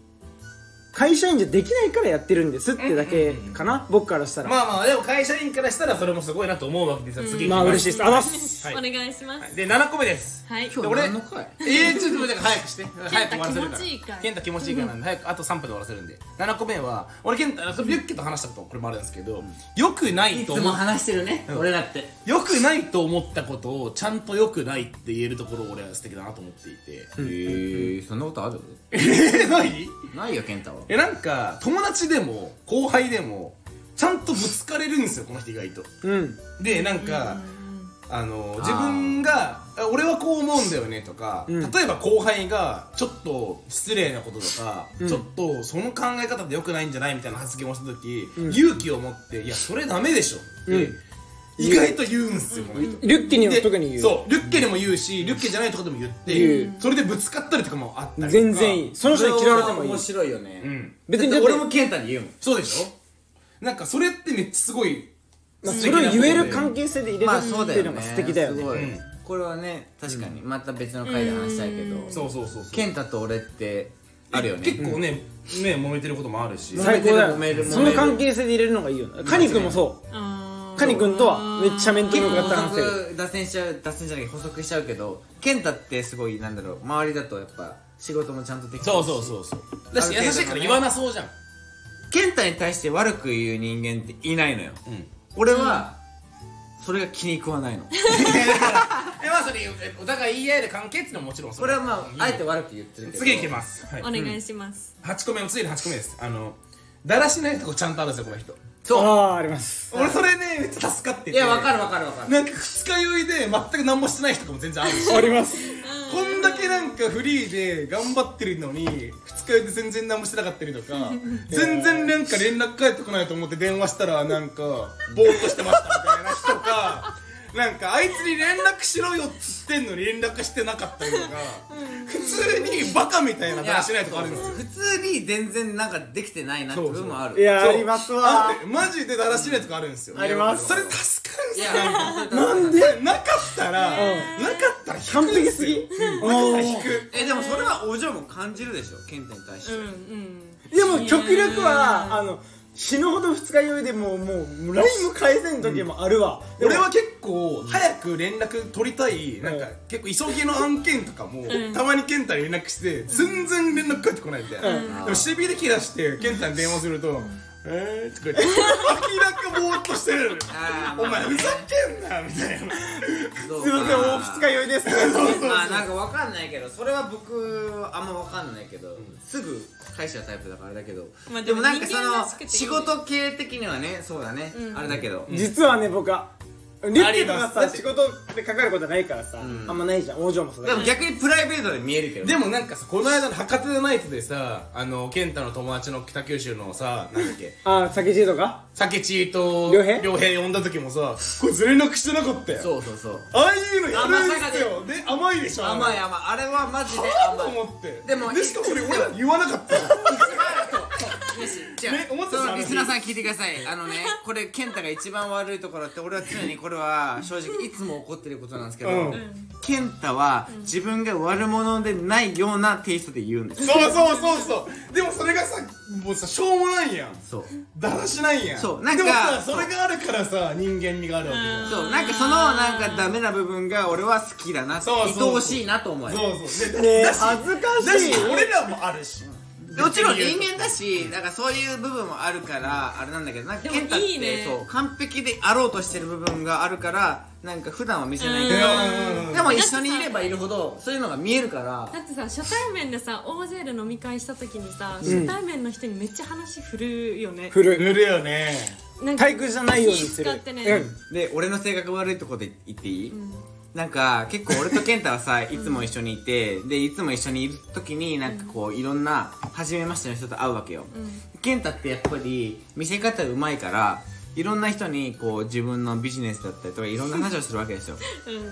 会社員じゃできないからやってるんですってだけかな、僕からしたら、まあまあでも会社員からしたらそれもすごいなと思うわけですよ次行きまあ嬉しいですあざっすはいお願いしますで7個目ですはい日俺何の回えー、ちょっと待って早くして早く終わらせるか気持ちいいからら健太気持ちいいからなんで早くあと3分で終わらせるんで7個目は俺健太リュッケと話したことこれもあるんですけどよくないいとつ思もっ話してるね、俺だってよくないと思ったことをちゃんとよくないって言えるところ俺は素敵だなと思っていてへえー、そんなことあるえー、ないないよ健太はえなんか友達でも後輩でもちゃんとぶつかれるんですよこの人意外とうんでなんか、あの自分があ俺はこう思うんだよねとか、うん例えば後輩がちょっと失礼なこととか、ちょっとその考え方でよくないんじゃないみたいな発言をした時、勇気を持って「いやそれダメでしょ」って、うん意外と言うんですよ、この人リュッキーにもで特に言うそうリュッケにも言うしリュッケじゃないとこでも言って、言うそれでぶつかったりとかもあったりとか全然いいその人に嫌われてもいい面白いようね、ん別にだだっってて俺も健太に言うもんそうでしょなんかそれってめっちゃすごい、まあ素そ敵なれを言えることで関係性で入れるまあそうってだいようのねが素敵だよすねごいうんこれはね確かにまた別の回で話したいけどそうそうそうそう健太と俺ってあるよね結構ね、ね揉めてることもあるし最高だよ揉める揉めるその関係性で入れるのがいいよねカニ君もそうカニ君とはめっちゃ面と結向構かって補話せる足脱線しちゃう脱線じゃない補足しちゃうけど健太ってすごいなんだろう周りだとやっぱ仕事もちゃんとできてるしそうそうそうそうだしある程度のね優しいから言わなそうじゃん健太に対して悪く言う人間っていないのよ、ん俺はそれが気に食わないのえまあそれお互い言い合える関係っていうのももちろんそこれはまああえて悪く言ってるけど次いきます、はいお、願いします8個目次の8個目ですあのだらしないとこちゃんとあるんですよこの人あそああります俺それねめっちゃ助かっててういやわかるわかるわかるなんか二日酔いで全く何もしてない人とかも全然あるしありますこんだけなんかフリーで頑張ってるのに二日酔いで全然何もしてなかったりと か全然なんか連絡返ってこないと思って電話したらなんかぼーっとしてましたみたいな人かなんかあいつに連絡しろよっつってんのに連絡してなかったりとか普通にバカみたいなだらしないとかあるんですよ普通に全然なんかできてないなって部分もあるいやそうありますあわってマジでだらしないとかあるんですよありますそれ助かるんすいよやなんでなかったら、なかったら引く完ん璧ですすよぎおーえでもそれはお嬢も感じるでしょ健太に対して、うんうんでも極力はあの死ぬほど二日酔いでもうもう LINE も返せん時もあるわでも俺は結構早く連絡取りたいなんかうん結構急ぎの案件とかもたまに健太に連絡して全然連絡返ってこないみたいなでも CB で切らして健太に電話すると「えー?」とか言って明らかぼーっとしてるのよ あーお前ふざけんなみたいなそうすいませんお二日酔いですそう まあなんかわかんないけどそれは僕はあんまわかんないけど、すぐ返しちゃうタイプだからあれだけど、まあでもなんかそでも人間のらしくていいね仕事系的にはねそうだね、あれだけど、 実はね僕はリュッキーとかありさます仕事でかかることないからさ、あんまないじゃん王女もそうだでけもど逆にプライベートで見えるけ どでもなんかさこの間の博多ナイトでさあの健太の友達の北九州のさなんだっ けああ酒じいとか酒地と良平良平呼んだ時もさこれ連絡してなかったよそうそうそうああいうのやるんですよで甘いでしょ甘い甘いあれはマジであ 甘いと思ってでもでしかもそれ俺ら言わなかったじゃん違うね思ってたそじゃのんリスナーさん聞いてくださいあのね これ健太が一番悪いところって俺は常にこれは正直いつも怒ってることなんですけど、うん健太は自分が悪者でないようなテイストで言うんですそうそうそうそうでもそれがさもうさしょうもないやんそうだらしないやんそうなんでかもさそれがあるからさ人間味があるわけじゃんそうなんかそのなんかダメな部分が俺は好きだなそうそうそう愛おしいなと思うそうそねうえでだし恥ずかだしいし俺らもあるしもちろん人間だしなんかそういう部分もあるからあれなんだけどなんかでも健太っていいねそう完璧であろうとしてる部分があるからなんか普段は見せないけうどんでも一緒にいればいるほどそういうのが見えるからだってさ初対面でさ大勢で飲み会した時にさ初対面の人にめっちゃ話振るよね、振る塗るよねなんか体育じゃないようにする気使ってね、うんで俺の性格悪いとこで言っていい、なんか結構俺と健太は さいつも一緒にいてでいつも一緒にいる時になんかこういろんな初めましての人と会うわけよ、健太ってやっぱり見せ方うまいからいろんな人にこう自分のビジネスだったりとかいろんな話をするわけ ですようん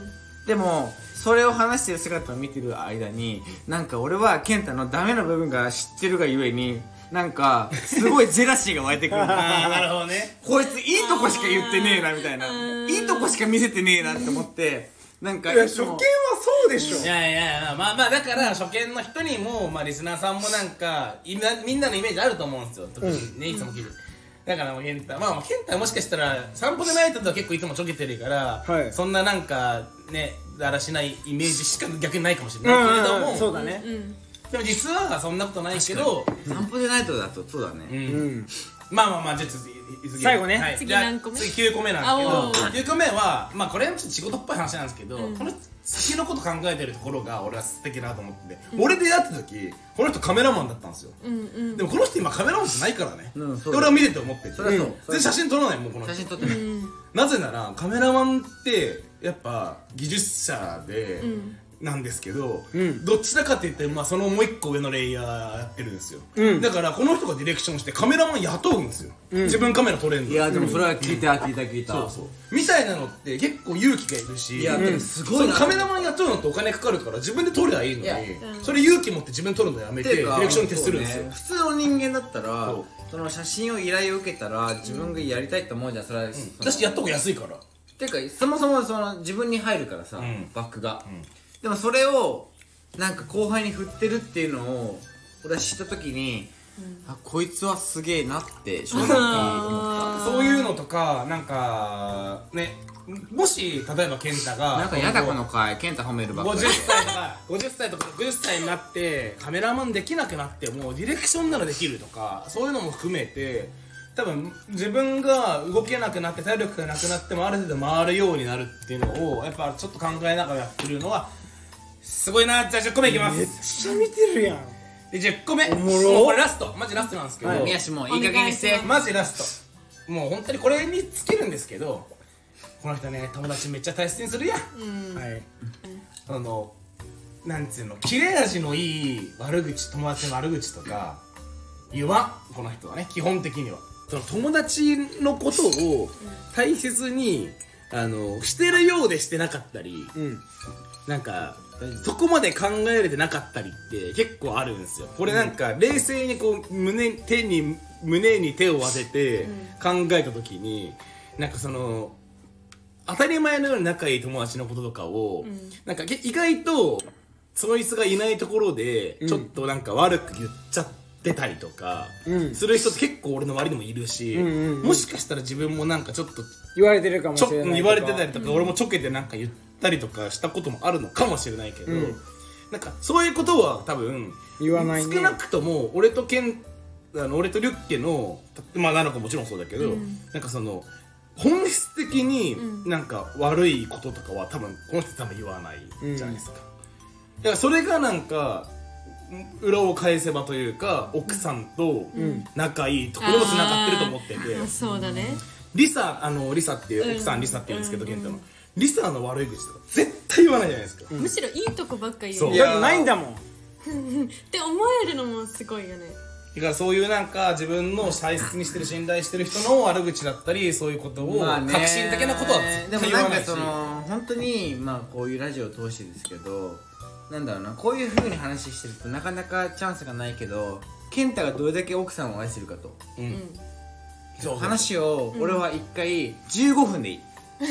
でもそれを話してる姿を見てる間になんか俺は健太のダメな部分が知ってるがゆえになんかすごいジェラシーが湧いてく るんだああなるほどねこいついいとこしか言ってねえなみたいないいとこしか見せてねえなって思ってなんかいやい初つ見はもそうでしょいやいやいやまあまあだから初見の人にもまあリスナーさんもなんかいなみんなのイメージあると思うんですよ特にね、いつも聞いてだからもう健太まあ健太はもしかしたら散歩でないとは結構いつもちょけてるから、はいそんななんかねだらしないイメージしか逆にないかもしれないけれども、そうだねでも実はそんなことないけど、散歩でないとだとそうだうねんうんまあまあまあじゃあちょっと次最後ねはい次じゃあ何個目次9個目なんですあおけど9個目はまあこれはちょっと仕事っぽい話なんですけど、この先のこと考えてるところが俺は素敵だなと思ってて、俺出会った時この人カメラマンだったんですよ、でもこの人今カメラマンじゃないからね、うんそうだ俺は見てて思っててそりゃそう全然写真撮らないもうこの人写真撮ってないなぜならカメラマンってやっぱ技術者で、なんですけど、どちらかって言って、まあ、そのもう一個上のレイヤーやってるんですよ、だからこの人がディレクションしてカメラマン雇うんですよ、自分カメラ撮れるのいやでもそれは聞いた聞いた聞いたそうそうみたいなのって結構勇気がいるしいやでもすごそいのなカメラマン雇うのってお金かかるから自分で撮りゃいいのにいやそれ勇気持って自分で撮るのやめてディレクションに徹するんですよ、そうね普通の人間だったらそうその写真を依頼を受けたら自分がやりたいって思うじゃんそれは私やった方が安いからていうかそもそもその自分に入るからさんバックがでもそれをなんか後輩に振ってるっていうのを俺は知った時にあこいつはすげえなって正直あそういうのとかなんかねもし例えば健太がなんかやだこの回健太褒めるばっかり50歳とか50歳とか60歳になってカメラマンできなくなってもディレクションならできるとかそういうのも含めて多分自分が動けなくなって体力がなくなってもある程度回るようになるっていうのをやっぱちょっと考えながらやってるのはすごいなじゃあ10個目いきまめっす、ちゃ見てるやんで10個目もろもうこれラストマジラストなんですけど、宮下もういい加減にしてマジラストもう本当にこれに尽きるんですけどこの人ね友達めっちゃ大切にするやん、はいあのなんつうの切れ味のいい悪口友達の悪口とか言わんこの人はね基本的にはその友達のことを大切にあのしてるようでしてなかったり、んなんかそこまで考えれてなかったりって結構あるんですよこれなんか冷静にこう胸手に胸に手を当てて考えた時に、なんかその当たり前のように仲いい友達のこととかを、なんかけ意外とそいつがいないところでちょっとなんか悪く言っちゃってたりとかうんする人って結構俺の周りでもいるし、んうんうんもしかしたら自分もなんかちょっと言われてるかもちょしれない言われてたりとか、俺もちょけてなんか言ったりとかしたこともあるのかもしれないけど、んなんかそういうことは多分言わないね少なくとも俺とケンあの俺とリュッケのまあなのかもちろんそうだけど、なんかその本質的になんか悪いこととかは多分この人多分言わないじゃないですか、だからそれがなんか裏を返せばというか奥さんと仲いいところもつながってると思ってて、ーそうだねリサあのリサっていう奥さん、うんリサっていうんですけど健太のリサの悪い口とか絶対言わないじゃないですか、むしろいいとこばっか言そううねいやないんだもんって思えるのもすごいよねだからそういうなんか自分の大切にしてる信頼してる人の悪口だったりそういうことをまあね革新的なことはで絶対も言なんわなかいしその本当にまあこういうラジオを通してですけどなんだろうなこういうふうに話してるとなかなかチャンスがないけど健太がどれだけ奥さんを愛するかとそう話を俺は1回15分でいい、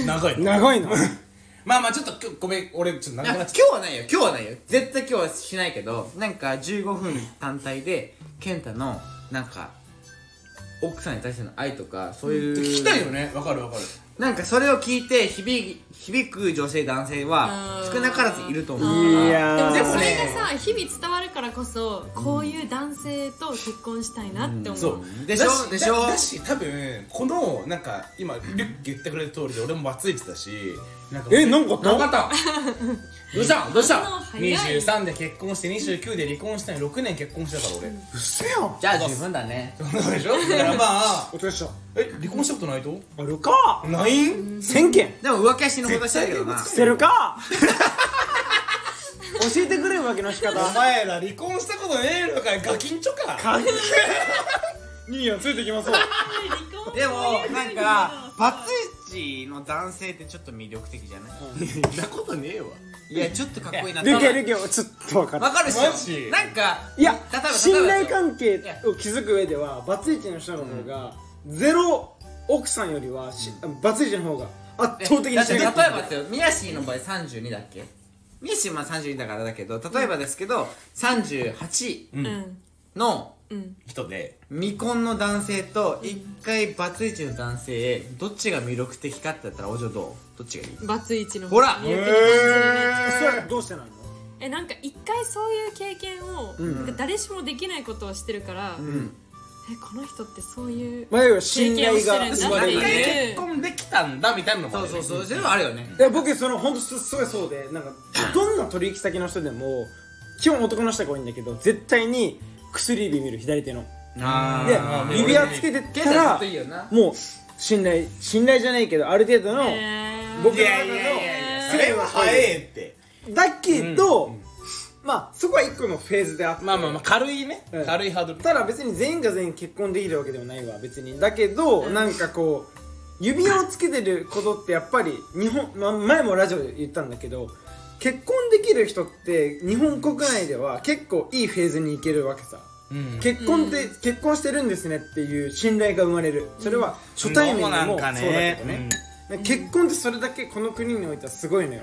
長い長いのまあまあちょっと今日ごめん俺ちょっとあ長くな今っち日はないよ今日はないよ絶対今日はしないけどなんか15分単体で健太のなんか奥さんに対しての愛とかそうゃいうった聞きたいよねわかるわかるなんかそれを聞いて響き響く女性男性はうん少なからずいると思うからいでやもーでもそれがさ日々伝わるからこそこういう男性と結婚したいなって思う、でしょだしでしょだだし多分このなんか今リュック言ってくれた通りで俺もバツイてたしなんかえなんか分かった どうしたどうした反応早い23で結婚して29で離婚したのに6年結婚してたから俺うっせやんじゃあ十分だね そうでしょだからまあお疲れっした え離婚したことないとあるかない1000件でも浮気は死ぬほどしたいけどな捨てるか教えてくれ浮気の仕方お前ら離婚したことねえのかいガキンチョかかっけえ兄やんついてきますわでもなんかバツイチの男性ってちょっと魅力的じゃないそんなことねえわいやちょっとかっこいいなルケわルケをちょっと分かったかるっマしジょなんかいや例えば信例え頼ば関係を築く上ではバツイチの人の方が、ゼロ奥さんよりはしバツイチの方が圧倒的にだって低い例えばですよ宮敷の場合32だっけ宮敷まあ32だからだけど例えばですけど38うんのうん人で未婚の男性と一回バツイチの男性へどっちが魅力的かって言ったらお嬢どうどっちがいいバツイチのほら見えてきますよねそれはどうしてなのえなんか一回そういう経験を、なんか誰しもできないことをしてるから、えこの人ってそういうまあ要は経信験を頼してがるんだ生っまてれるいうい結婚できたんだみたいなのもあそうるそうそうそれはあるよねや僕その本当すすごいそうでなんかどんな取引先の人でも基本男の人が多いんだけど絶対に薬指見る左手のであ指輪つけてた現在ずっらといいよなもう信頼信頼じゃないけどある程度のえー僕のいや中いのやいやいそやそれれはは早早いえってだけど、まあそこは一個のフェーズであってまあまあまあ軽いねうん軽いハードルただ別に全員が全員結婚できるわけでもないわ別にだけど、なんかこう指輪をつけてることってやっぱり日本、ま、前もラジオで言ったんだけど結婚できる人って日本国内では結構いいフェーズに行けるわけさ、結婚って、結婚してるんですねっていう信頼が生まれるそれは初対面でもうんそうだけどねうん結婚ってそれだけこの国においてはすごいのよ、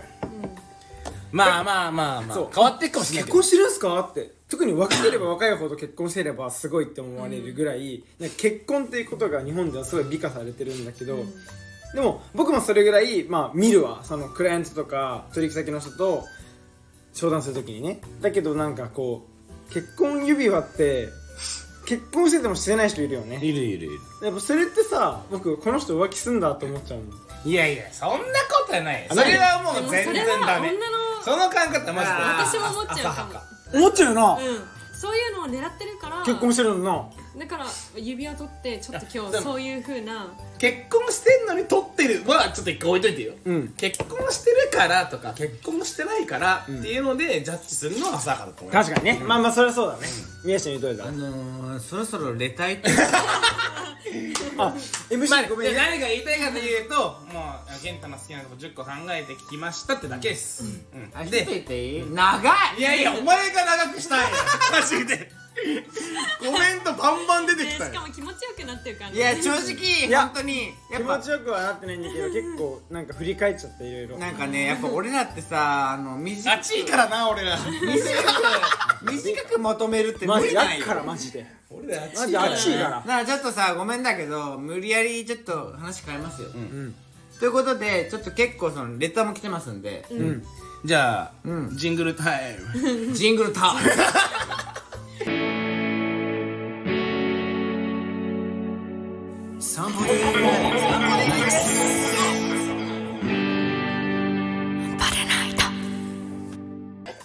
まあまあまあまそうあ変わっていくかもしれな結いけど婚してるんすかって特に若ければ若いほど結婚してればすごいって思われるぐらい、なんか結婚っていうことが日本ではすごい美化されてるんだけど、でも僕もそれぐらい、まあ、見るわそのクライアントとか取引先の人と商談するときにねだけどなんかこう結婚指輪って結婚しててもしてない人いるよねいるいるいるやっぱそれってさ僕この人浮気すんだと思っちゃうもんいやいやそんなことはないそないれはもでうもそれ全は然ダメ女のその感覚はマジで私も思っちゃうかも思っちゃうよな、うんそういうのを狙ってるから結婚してるのになだから指輪取ってちょっと今で日もそういうふうな結婚してんのに取ってるはちょっと一回置いといてよ、うん結婚してるからとか結婚してないからっていうのでジャッジするのは浅はかだと思います確かにね、まあまあそりゃそうだね、宮下に言うといあたのー、そろそろレタイってあ MC ごめんでね何が言いたいかというともう健太の好きなとこ10個考えて聞きましたってだけです、うんで言っていい長いいやいやお前が長くしたいよマ ジでコメントバンバン出てできしたよかも気持ちよくなってる感いじや正直や本当にや気っ持ぱちよくはなってないんだけど結構なんか振り返っちゃっていろいろなんかねやっぱ俺らってさあの短あっくちいからな俺ら短く短くまとめるって無マジ理やなんっよからマジで俺らあっマちいジから熱いかだらからちょっとさごめんだけど無理やりちょっと話変えますよ、ということでちょっと結構そのレターも来てますんで、じゃあ、ジングルタイムジングルタイム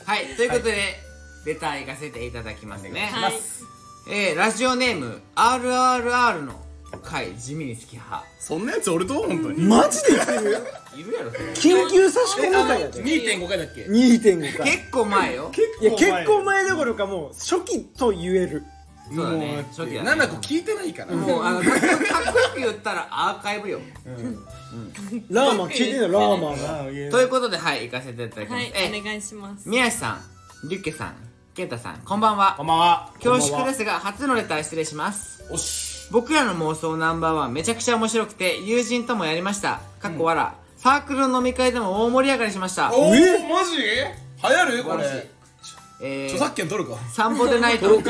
はいということで、レター行かせていただきますね、はいえー、ラジオネーム RRR の回地味に好き派そんなやつ俺と本当にマジで言ってるいるやろそれ緊急差し込み会やで2.5回だっけ2.5回結構前よいや結構前どころかもう初期と言えるそうだね初期だね7個聞いてないからもうあのかっこかっこよく言ったらアーカイブよラーマン聞いてんのラーマンがということではい行かせていただきまはす、いえお願いします宮下さんリュッケさんケンタさんこんばんはこんばんは恐縮ですが初のレター失礼しますおし僕らの妄想ナンバーワンめちゃくちゃ面白くて友人ともやりましたかっこわら、サークルの飲み会でも大盛り上がりしましたおおマジ流行るこれ素晴らしいえ著ー作権取るか散歩でないと、ね、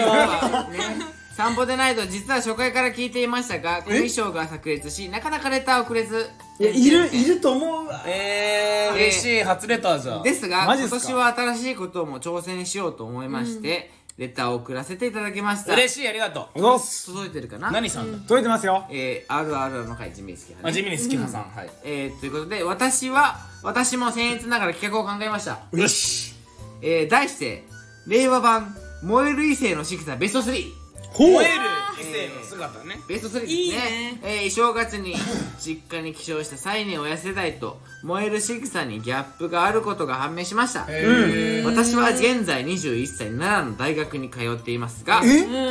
散歩でないと実は初回から聞いていましたが衣装が炸裂しなかなかレターをくれずいやいるいると思うわえー、嬉しい初レターじゃんですがマジっ今すか年は新しいことも挑戦しようと思いまして、レターを送らせていただきました嬉しいありがとうどうす届いてるかな何さんだ解いてますよえー、RRR の会地味好きあ派ね地味に好きなさんはいえー、ということで私は私も僭越ながら企画を考えました、よしえー、題して令和版燃える異性の仕草ベスト3ほう吠える異性の姿ねベスト3ですねいいねえー正月に実家に帰省した際に親世代と燃える仕草にギャップがあることが判明しました、私は現在21歳奈良の大学に通っていますが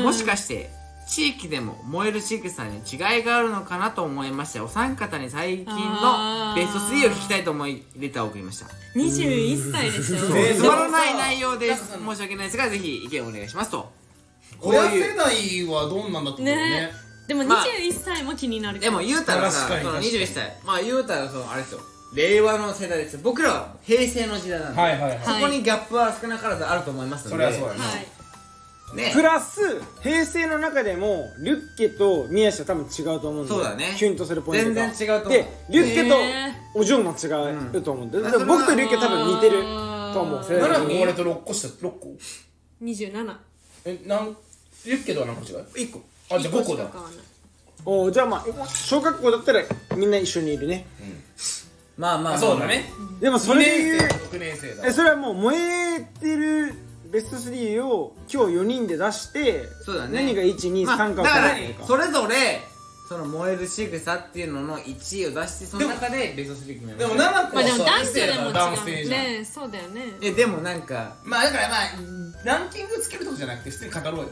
もしかして地域でも燃える仕草に違いがあるのかなと思いましてお三方に最近のあーベスト3を聞きたいと思いレターを送りました21歳でしょえつまらない内容です申し訳ないですがぜひ意見をお願いしますと親世代はどんなんだと思うねねでもまあ21歳も気になるでも言うたらさ確かにその確かに21歳まあ言うたらそのあれですよ令和の世代ですよ僕らは平成の時代なんで、はいはいはいそこにギャップは少なからずあると思いますのでそれはそうやなはいねプラス平成の中でもリュッケと宮下多分違うと思うんでそうだねキュンとするポイントが全然違うと思うでリュッケとへお嬢も違うと思うんで、だからうん僕とリュッケ多分似てると思う世代奈的良にも俺と6個した6個27えなんユッケとは何個違う1個あじゃあ5個だ一しか買わないおうじゃあまあ小学校だったらみんな一緒にいるねまあまあまあ、あそうだねでもそ2れ年で言う生6年生だえそれはもう燃えてるベスト3を今日4人で出してそうだね何が123まあか分だかかららないか、それぞれその燃える仕草っていうのの1位を出してその中でベスト3決めましでょうも奈良子まはあでもさ異男女性だから男でも性違うじゃんねそうだよねえでもなんかまあだからまあランキングつけるとこじゃなくて普通に語ろうよ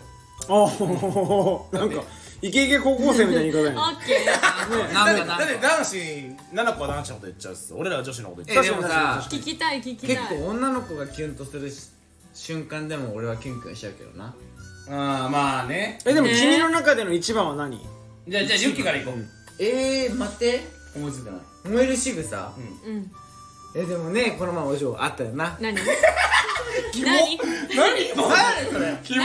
おおなんかイケイケ高校生みたいな言い方やオ ねッケーなだっんてかなんだかって男子奈良子は男子のこと言っちゃうっす俺らは女子のこと言っちゃえでも確かにさ聞きたい聞き結たい構女の子がキュンとするし瞬間でも俺はキュンキュンしちゃうけどなうああまあねえでもね君の中での一番は何じゃあじゃあユッケから行こうえー、待って思いついてない燃える仕草、うんえでもねこの前お嬢あったよな何何何も何それキモ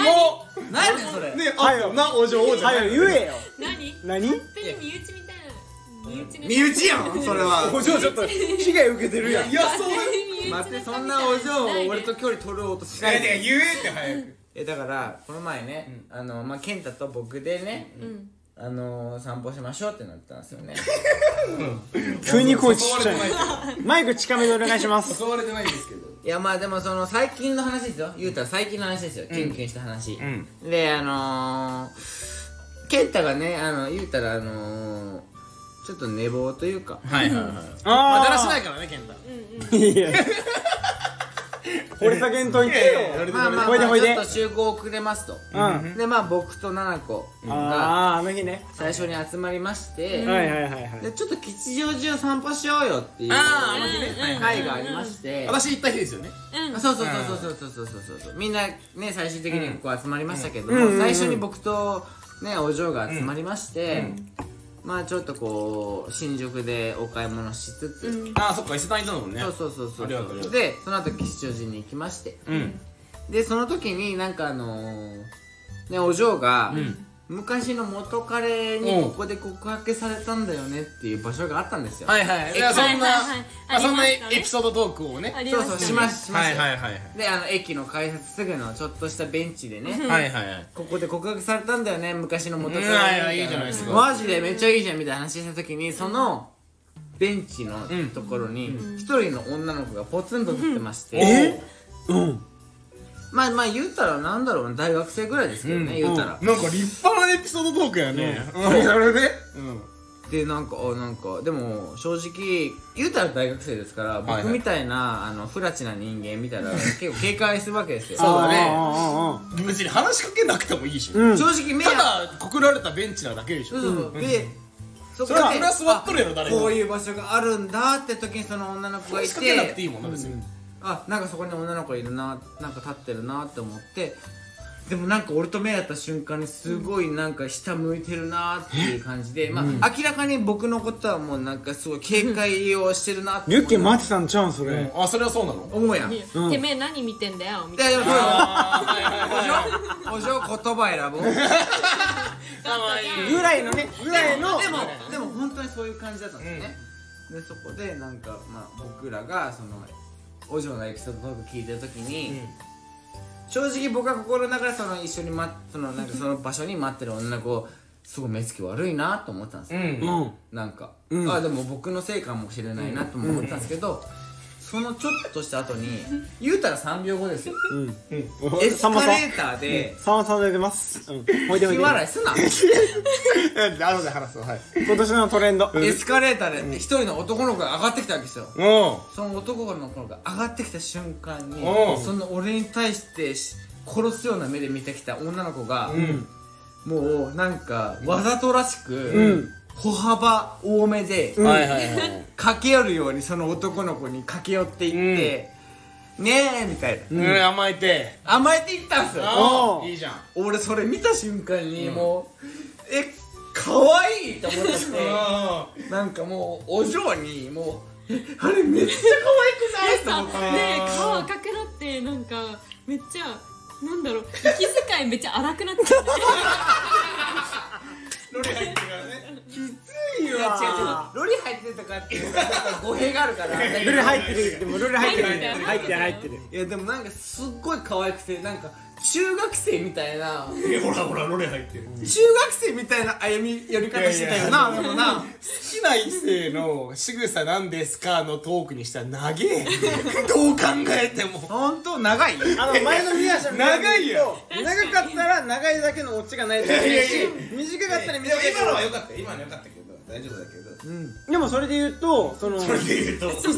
何それねはよなお嬢王はよ言えよ何何本当に身内みたいな 身内の身内やんそれはお嬢ちょっと被害受けてるやんいやそう待ってそんなお嬢を俺と距離取ろうとしないで言えって早くえだからこの前ね、あのまあ健太と僕でね、んあのー、散歩しましょうってなったんですよね急に声ちっ誘われちてゃいないマイク近めでお願いします誘われてないですけどいやまあでもその最近の話ですよ言うたら最近の話ですよ、キュンキュンした話、んであのー、健太がねあの言うたらあのー、ちょっと寝坊というかはいはいはいあだらしないからね健太ーいや掘り下げんといてよまあまあ、ほいでまほあ、いちょでっと集合遅れますと、うんあでまあ僕と奈々子があーあの日ね最初に集まりまして、はいはいはいはいでちょっと吉祥寺を散歩しようよっていうあーあの日ね会がありまして、私行った日ですよねうんそうそうそうそうそうそうそうそうそうみんなね最終的にここ集まりましたけども、うんうん最初に僕とねお嬢が集まりまして、まあちょっとこう新宿でお買い物しつつ、うんああそっか伊勢丹行ったんだもんねそうそうそうそありがとうありうがとうでその後吉祥寺に行きましてうんでその時になんかあのーねお嬢が、昔の元カレにここで告白されたんだよねっていう場所があったんですよ、はいはいいやそんなはいはいはいまあそんなありましたねエピソードトークをねありそまうそうししたまねししまはしいたはよいはいはいであの駅の改札すぐのちょっとしたベンチでね、はいはいはいここで告白されたんだよね昔の元カレうんはいはいいいじゃないですかマジでめっちゃいいじゃんみたいな話した時にそのベンチのところに一人の女の子がポツンと立ってまして、うんまあまあ言うたらなんだろうな大学生ぐらいですけどね、言うたら、なんか立派なエピソードトークやねそれでうんでなんかあなんかでも正直言うたら大学生ですからはい僕みたいな、あのフラチな人間見 たら結構警戒するわけですよそうだねね別に話しかけなくてもいいしうん正直目たはだ告られたベンチなだけでしそょうそうそうでそこそれはでそれは座っとるやろ誰こうもいう場所があるんだって時にその女の子がい話しかけなくてていいもんな別にあなんかそこに女の子いるななんか立ってるなって思ってでもなんか俺と目合った瞬間にすごいなんか下向いてるなっていう感じで、まあ、明らかに僕のことはもうなんかすごい警戒をしてるなってリュッケ思う待ってたんちゃうんそれあそれはそうなの思うやんてめえ何見てんだよみたいででもそうあお嬢言葉選ぶかわいいぐらいのねぐらいのでもでも本当にそういう感じだったんですよね、でそこでなんか、まあ、僕らがそのお嬢のエピソードトーク聞いてる時に、正直僕は心の中でその一緒に、ま、そのなんかその場所に待ってる女の子すごい目つき悪いなと思ってたんですよ、んなんか、うんあでも僕のせいかもしれないなとも思ってたんですけど、そのちょっとした後に言うたら3秒後ですようんうんエスさカんまさんレーターでさんまさん出てますうんほいでほい気で笑いすなあので話そうはい今年のトレンドエスカレーターで一人の男の子が上がってきたわけですようその男の子が上がってきた瞬間にうんその俺に対してし殺すような目で見てきた女の子が、もうなんかわざとらしく、うん歩幅多めで、んはいはいはい駆け寄るようにその男の子に駆け寄っていって、ねえみたいな、うん甘えて甘えていったんですよあいいじゃん俺それ見た瞬間にもう、え可愛いと 思っちゃってなんかもうお嬢にもうえ あれめっちゃ可愛くないとさ思ってね顔赤くなってなんかめっちゃなんだろう息遣いめっちゃ荒くなっちゃっていや違う違うロリ入ってるとかっていうのがちょっと語弊があるから ルル入ってるでもルル入ってる入入ってる入ってるいやでもなんかすっごい可愛くてなんか中学生みたいなえほらほらロレ入ってる好中学生みたいな歩み寄り方してたよなでもなきな異性の仕草なんですかのトークにしたら長 えどう考えても本当長いあの前の宮下の長いよ長かったら長いだけのオチがないといけないし短かったら短いだけの良かった今の良かったけど大丈夫だけどでもそれで言うとそのそうね をず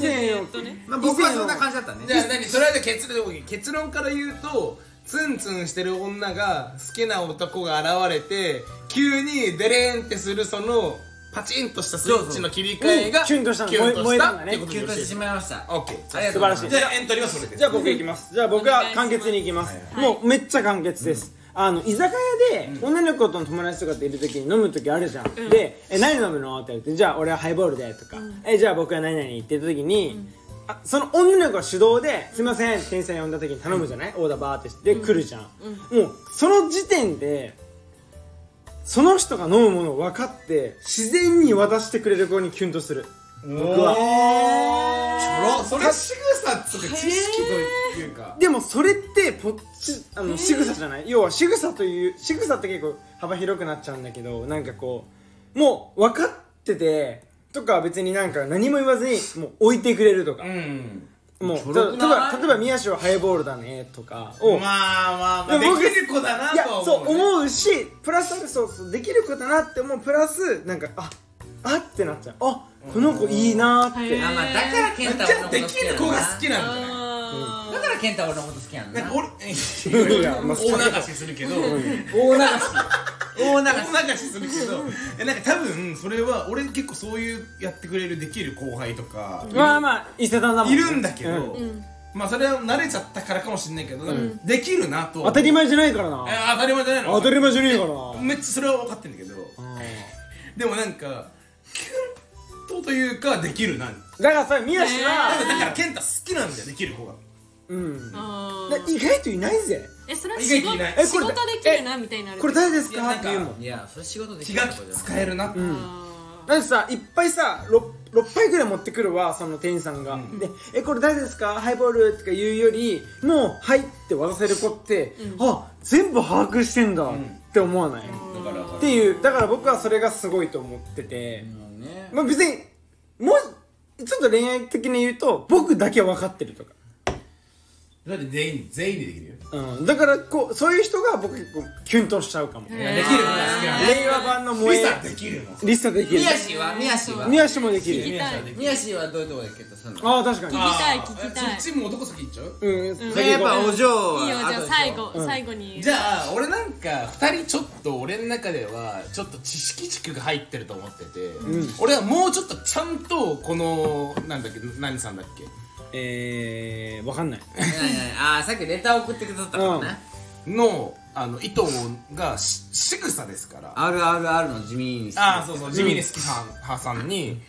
っとねまあ僕はそんな感じだったねじゃあ何それは結論結論から言うとツンツンしてる女が好きな男が現れて急にデレーンってするそのパチンとしたスイッチの切り替えがキュンとしたのキュンと燃え燃しえたたんっだねてことでよキュンとろしてししいまいましたオッケーありがと素う晴ごらざいしまいじゃあエントリーはそれでじゃあ僕いきますじゃあ僕は簡潔にいきますはいもうめっちゃ簡潔ですあの居酒屋で女の子との友達とかといる時に飲む時あるじゃんで「え何飲むの?」って言われて「じゃあ俺はハイボールで」とか「えじゃあ僕は何々」って言った時にあその女の子が手動で「すいません」って店員さん呼んだ時に頼むじゃないオーダーバーってして来るじゃんもうその時点でその人が飲むものを分かって自然に渡してくれる子にキュンとする僕はそれ仕草っつうか知識というかでもそれってポッチあの仕草じゃない要は仕草という仕草って結構幅広くなっちゃうんだけどなんかこうもう分かっててとか別になんか何も言わずにもう置いてくれるとか、うんもうちょたろく例えなば例えば宮代ハイボールだねとかを、まあまあまあででも僕きる子だいなやとはそ思ううね思うしプラスそうそうできる子だなって思うプラスなんかああってなっちゃうあこの子いいなーって、うんあまあだから健太じはゃあできる子が好きなんだねあだから健太は俺のこと好きなんだなんな か俺いやまあ大流しするけど大流し大流し大流しするけどえなんか多分それは俺結構そういうやってくれるできる後輩とかまあまあ伊勢丹だもんいね、るんだけうんど、まあそれは慣れちゃったからかもしれないけど、できるなと当たり前前じゃないからな当たり前じゃないの当たり前じゃねえからなめっちゃそれは分かってんだけどでもなんかキュンとというかできるなだからさ宮氏多は、分だから健太好きなんだよできる子がうんあだ意外といないぜえそれは意仕外と事いないえ仕これ事できるなみたいになるこれ誰ですかいやって言うもんいやそれ仕事でき気るがことじゃない使えるなって、あだってさいっぱいさ 6, 6杯ぐらい持ってくるわその店員さんが、で「えこれ誰ですかハイボール」とか言うよりもう「はい」って渡せる子って、あ全部把握してんだって思わない、っだからていうだから僕はそれがすごいと思ってて、ねまあ別にもうちょっと恋愛的に言うと僕だけ分かってるとかだって全員全員でできるようん、だからこうそういう人が僕結構キュンとしちゃうかも、ーできる子が好きなんだ令和版の萌リえサできるもんリサできる宮氏は宮氏は宮氏もでき聞きるたい聞宮氏はどういうとこで健太すんのああ確かにきたい聞きたいそっちも男先行っちゃううん、うん、それやっぱお嬢はいいよじゃあ後でしょ最後最後にじゃあ俺なんか2人ちょっと俺の中ではちょっと知識軸が入ってると思ってて、俺はもうちょっとちゃんとこのなんだっけ何さんだっけえー、わかんないいやいやいやあーさっきレター送ってくださったからねのあの意図がし仕草ですからあ RRR の地味にあーそうそう地味に好きさん派さんに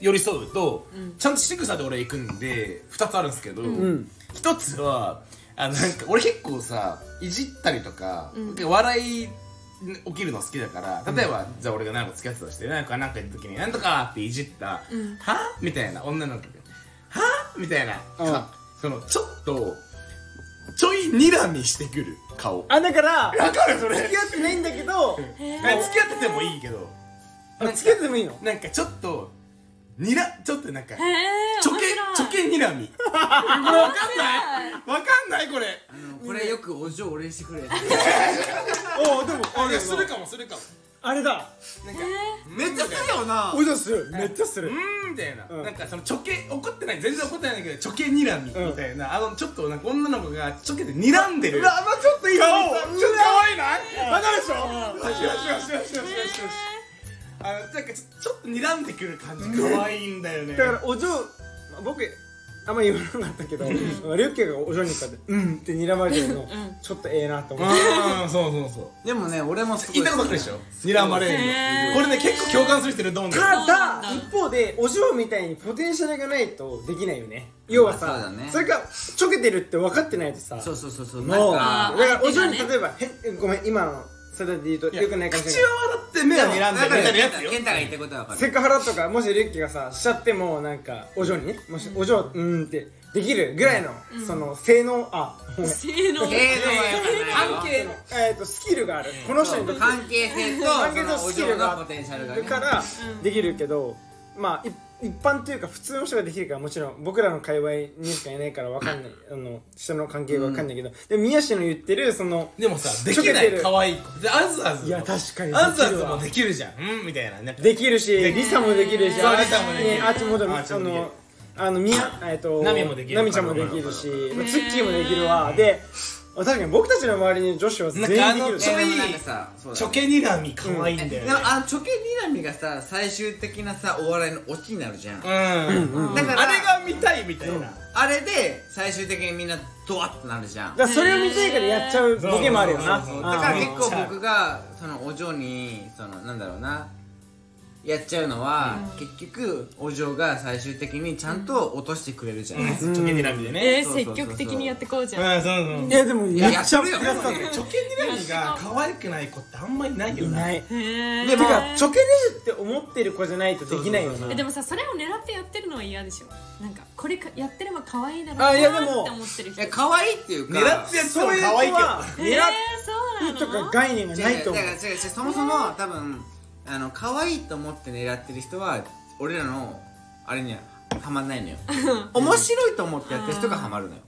寄り添うと、ちゃんと仕草で俺行くんで2つあるんですけど、1つはあのなんか俺結構さいじったりとか、笑い起きるの好きだから例えば、じゃあ俺が何か付き合ってたとして何か何か言った時に「何とか」っていじった「はみたいな女の子が「はみたいな、うんそのちょっとちょい睨みしてくる顔あだからわかるそれ付き合ってないんだけどあ付き合っててもいいけどあ付き合ってもいいのなんかちょっとにらちょっとなんかへえちょけちょけにらみこれわかんないわかんないこれこれよくお嬢お礼してくれおおでもあいやれするかもするかもあれだめっちゃするよなおじゃするめっちゃすうるーんみたいな、うんなんかそのちょけ怒ってない全然怒ってないんだけどちょけにらみみたいな、あのちょっとなんか女の子がちょけてにらんでるうわあのちょっといい顔ちょっと可愛いなわかるでしょよしよしよしよしよしよしよしあのなんかちょちょっとにらんでくる感じ可愛いんだよねだからお嬢まあ僕あんま言わなかったけどリュッケがお嬢にこうやって「うん」って睨まれてるのちょっとええなと思ってああそうそうそうでもね俺もすごい言ったことあるでしょ睨まれるのこれね結構共感する人いると思うんだよただ一方でお嬢みたいにポテンシャルがないとできないよね要はまあさそうだねそれがちょけてるって分かってないとさそうそうそうそうなもんうだかあーからお嬢に相手がね例えば「へごめん今のそれで言うとよくないかもし口れないは笑って目は睨んでるみだからたいな健や太つよ健太が言ったことは分かセるクハラとかもしリュッキがさしちゃってもなんかお嬢にねもしお嬢うんってできるぐらいの、その性能あごめん性能ええの関係の、えー、とスキルがあるこの人にとって関係性と関係とそのスキルがお嬢のポテンシャルがねからできるけど、まあい一般というか普通の人ができるからもちろん僕らの界隈にしかいないからわ かんないあの人の関係がわかんないけど、でも宮下の言ってるそのでもさでちょきけなている可愛い子であずあずもいや確かにあずあずもできるじゃんうんみたいなねできるしリサもできるしそうリサもできるねあっちもでもああっちもできるのあのみやえっとナミもできるナミちゃんもできるしツッキーもできるわで確かに僕たちの周りに女子は全員でなんかあのきちょるえでもなんかさそうだねちょけ睨み可愛いんだでよもねあのチョケ睨みがさ最終的なさお笑いのオチになるじゃんうんだからあれが見たいみたいなあれで最終的にみんなドワッとなるじゃんだだからそれを見たいからやっちゃうボケもあるよなそうそうそうあーから結構僕がそのお嬢にそのなんだろうなやっちゃうのは、結局お嬢が最終的にちゃんと落としてくれるじゃない、ちょけ睨みでねえーそうそう積そうそう極的にやってこうじうんゃんそうそういやでもめっやちゃやってるよプラスなんだよチョケ睨みが可愛くない子ってあんまりないよいなないいへーてかちょけれるって思ってる子じゃないとできないよなえでもさそれを狙ってやってるのは嫌でしょなんかこれかやってれば可愛いだろうあいやでなもって思ってるい人や可愛いっていうか狙ってやってもそういう可愛い子けどはえー狙っ、そうなのとか概念が違うな違いとう思うだから違う違うそもそも多分あの可愛いと思って狙ってる人は俺らのあれにはハマんないのよ面白いと思ってやってる人がハマるのよ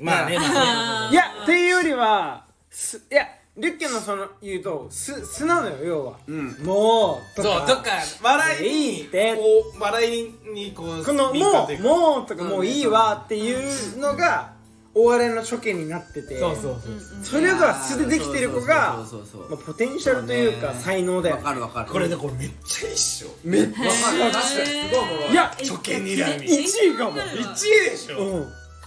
まあねまあいやっていうよりはすいやリュッケのその言うとす素なのよ要は、んもうとそうとか笑いいいってこう笑いにこうこの敏感もというかもうとかもういいわっていうのがお笑いの初見になっててそうそうそうそれが素でできてる子がそうそうそうそうまあポテンシャルというかそうね才能だよわかるわかるこれねこれめっちゃいいっしょめっちわかゃる確かにすごいもういやチョケ睨み1位かも1位でしょうん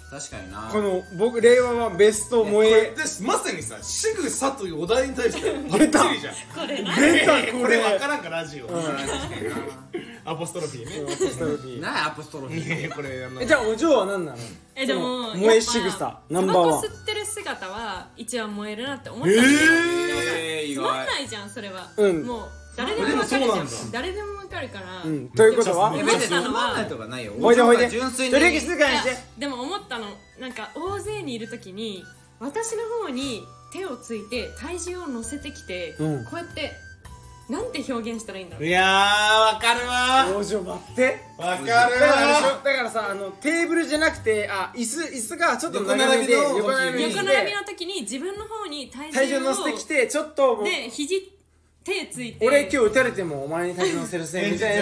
確かになこの僕令和はベスト萌えこれですまさにさ「しぐさ」というお題に対 してバ出たッチリじゃんこれな出た ここれれ分からんかラジオ確かに アポストロフィーねなないアポストロフィーねこれあのえ じゃあお嬢は何なのえでもその燃え仕草ナンバーワンタバコ吸ってる姿は一番燃えるなって思ったんだけどつえー意外まんないじゃんそれはうんもう誰でもわかるでもそうなんだじゃん誰でもわかるからうんということはでえも別思ったにつのまんないはとかないよほいでほいで純粋とりあえにず静かにいやしてでも思ったのなんか大勢にいる時に私の方に手をついて体重を乗せてきて、うんこうやってなんて表現したらいいんだろういやー分かるわお嬢待って分かかだるからあれでしわょだからさあのテーブルじゃなくてあ椅子椅子がちょっと斜めで横横並並びびのにし横並びての時に自分の方に体体重重を乗せてきてちょっともうで肘手ついて俺今日打たれてもお前に体重乗せるせみたい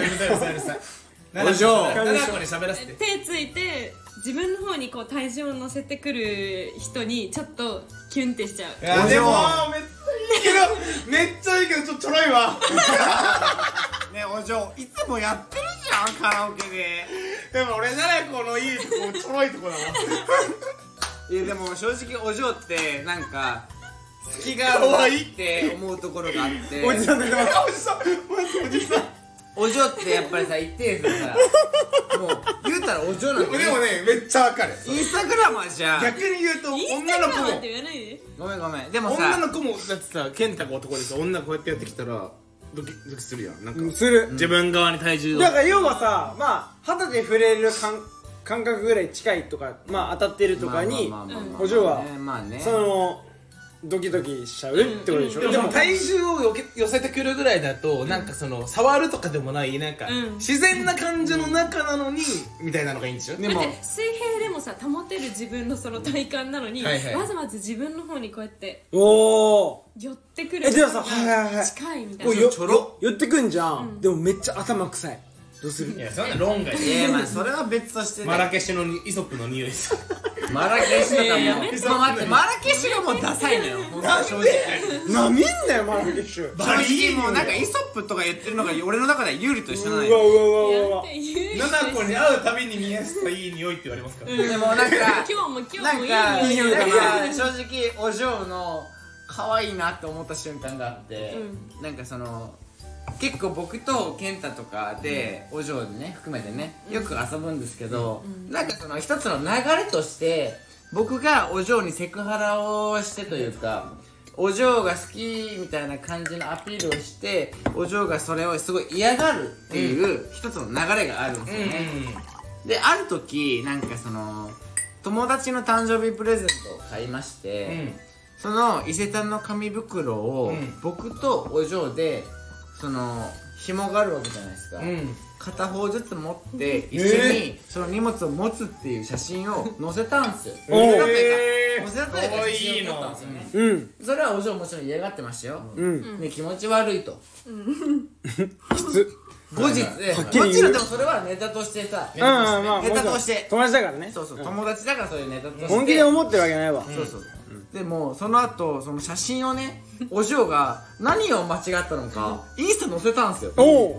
なお嬢七子に喋らせて手ついて自分の方にこう体重を乗せてくる人にちょっとキュンってしちゃういやでもめっちゃいいけどめっちゃいいけどちょっとちょろいわねお嬢いつもやってるじゃんカラオケででも俺ならこのいいとこちょろいとこだわいやでも正直お嬢ってなんか隙があるなって思うところがあっておじさん出てますおじさんマジおじさんお嬢ってやっぱりさ一定数さもう言うたらお嬢なん でもてねめっちゃ分かるインスタグラマーじゃん逆に言うとインス女タのグラマ子ーもって言わないでごめんごめんでも女さの子もだってさ健太が男でさ女こうやってやってきたらドキドキするやんなんかする自分側に体重だから要はさまあ肌で触れる感感覚ぐらい近いとかまあ当たってるとかにまあまあまあまあまあお嬢はねまあねそのドキドキしちゃうってことでしょでも体体重をよけ寄せてくるぐらいだと、なんかその触るとかでもないなんか、うん自然な感じの中なのに、みたいなのがいいんでしょでだっもて水平でもさ保てる自分のその体感なのに、はいはいわざわざ自分の方にこうやっておお寄ってくるえでもさはいはいはい近いみたいこなうよちょろ寄ってくんじゃん、でもめっちゃ頭臭いどうするいやそんな論外いやまあそれは別としてねマラケシュのにイソップの匂いですマラケシュとかいややめもてそう待ってマラケシュがもうダサいのよもう正直なめんなよマラケシュうわ正直もうなんかイソップとか言ってるのが俺の中では有利と一緒なのうよわうわうやわって言うナナコに会うたびに宮下いい匂いって言われますからでもなんか今日も今日なんもいいか匂いいだななんか正直お嬢の可愛いなって思った瞬間があって、なんかその結構僕と健太とかで、お嬢でね含めてねよく遊ぶんですけど、なんかその一つの流れとして僕がお嬢にセクハラをしてというかお嬢が好きみたいな感じのアピールをしてお嬢がそれをすごい嫌がるっていう一つの流れがあるんですよね、である時なんかその友達の誕生日プレゼントを買いまして、その伊勢丹の紙袋を僕とお嬢でその紐があるわけじゃないですか、片方ずつ持って一緒にその荷物を持つっていう写 真を載せたんですよお載ーせたというか載せたというかかわい写い真を撮ったんですよねうんそれはお嬢もちろん嫌がってましたよ、うんね、気持ち悪いと、 きつ後日きり言うもちろんでもそれはネタとしてさうんまあまあネタとして友達だからねそうそう、友達だからそういうネタとして本気で思ってるわけないわそうそう、でもその後その写真をねお嬢が何を間違ったのかインスタ載せたんですよおう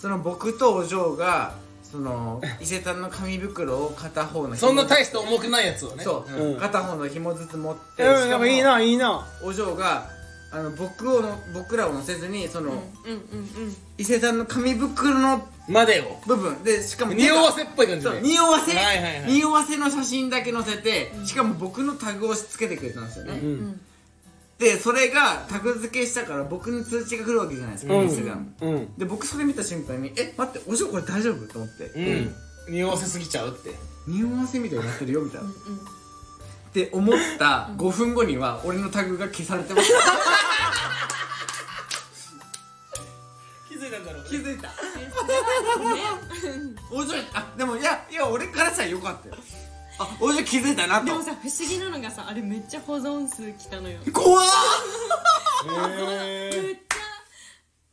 その僕とお嬢がその伊勢丹の紙袋を片方の紐そんな大して重くないやつをねそう、うん片方の紐ずつ持って、うんなんかいいないいなお嬢があの僕をの僕らを載せずにその、うんうんうん伊勢丹の紙袋のまでを部分でしかも手匂がわせっぽい感じそうで匂わせ、はいはいはい匂わせの写真だけ載せてしかも僕のタグをつけてくれたんですよね、んでそれがタグ付けしたから僕に通知が来るわけじゃないですか、うんインスタグラムうんで僕それ見た瞬間に「え待ってお嬢これ大丈夫?」と思ってうん匂わせすぎちゃうって「匂わせみたいになってるよ」みたいな、って思った5分後には俺のタグが消されてました気づいたんだろう 気づいたねお嬢あでもいやいや俺からしたらよかったよあお嬢気づいたなでもとさ不思議なのがさあれめっちゃ保存数きたのよ怖っめっちゃ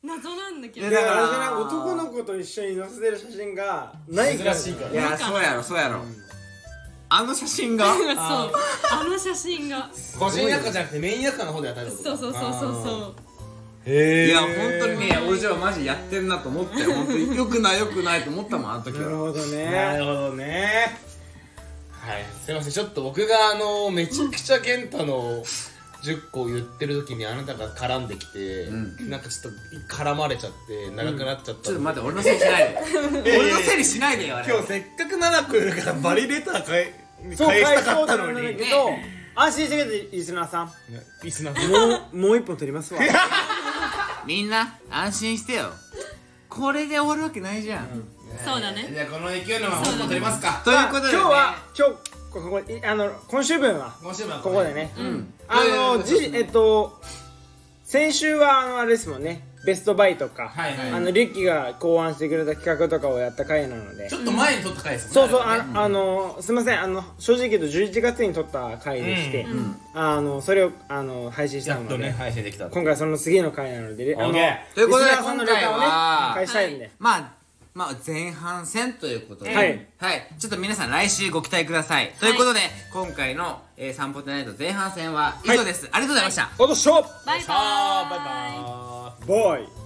謎なんだけどいだやからあれじゃない男の子と一緒に載せてる写真がないから珍しいからいやそうやろそうやろあの写真がそうあの写真が個人役じゃなくてメイン役の方で当たるそうそうそうそうそうへいや本当にねお嬢マジやってんなと思 って本当によくないよくないと思ったもんあの時なるはほどなねるほどねはいすいませんちょっと僕があのめちゃくちゃ健太の10個言ってる時にあなたが絡んできて、なんかちょっと絡まれちゃって長くなっちゃった、ちょっと待って俺のせいにしない で俺のせいにしないでよあれ今日せっかくナナコいるからバリレター返そう返返したそかうとった思うのんだけにど安心してくれてリスナーさんリスナーもうもう一本取りますわみんな安心してよこれで終わるわけないじゃん、そうだねじゃあこの勢いのまま本当取りますかということで、ね、今日は今日ここいあの今週分は今週もここでねうんあうんのじえっと先週はあのあれですもんねベストバイとかはいはいあのリッキーが考案してくれた企画とかをやった回なのでちょっと前に撮った回ですもんそうそうあれはねああのすみませんあの正直言うと11月に撮った回でしてあのそれをあの配信したやっのとねで配信できた今回はその次の回なのであの OK ということでリスナーさんのレターをね今回は返したいんでまあまあ前半戦ということで、はいちょっと皆さん来週ご期待ください、ということで今回の「えー、散歩テナイト」前半戦は以上です、ありがとうございました、おっとしょバイバーイバイバイボーイ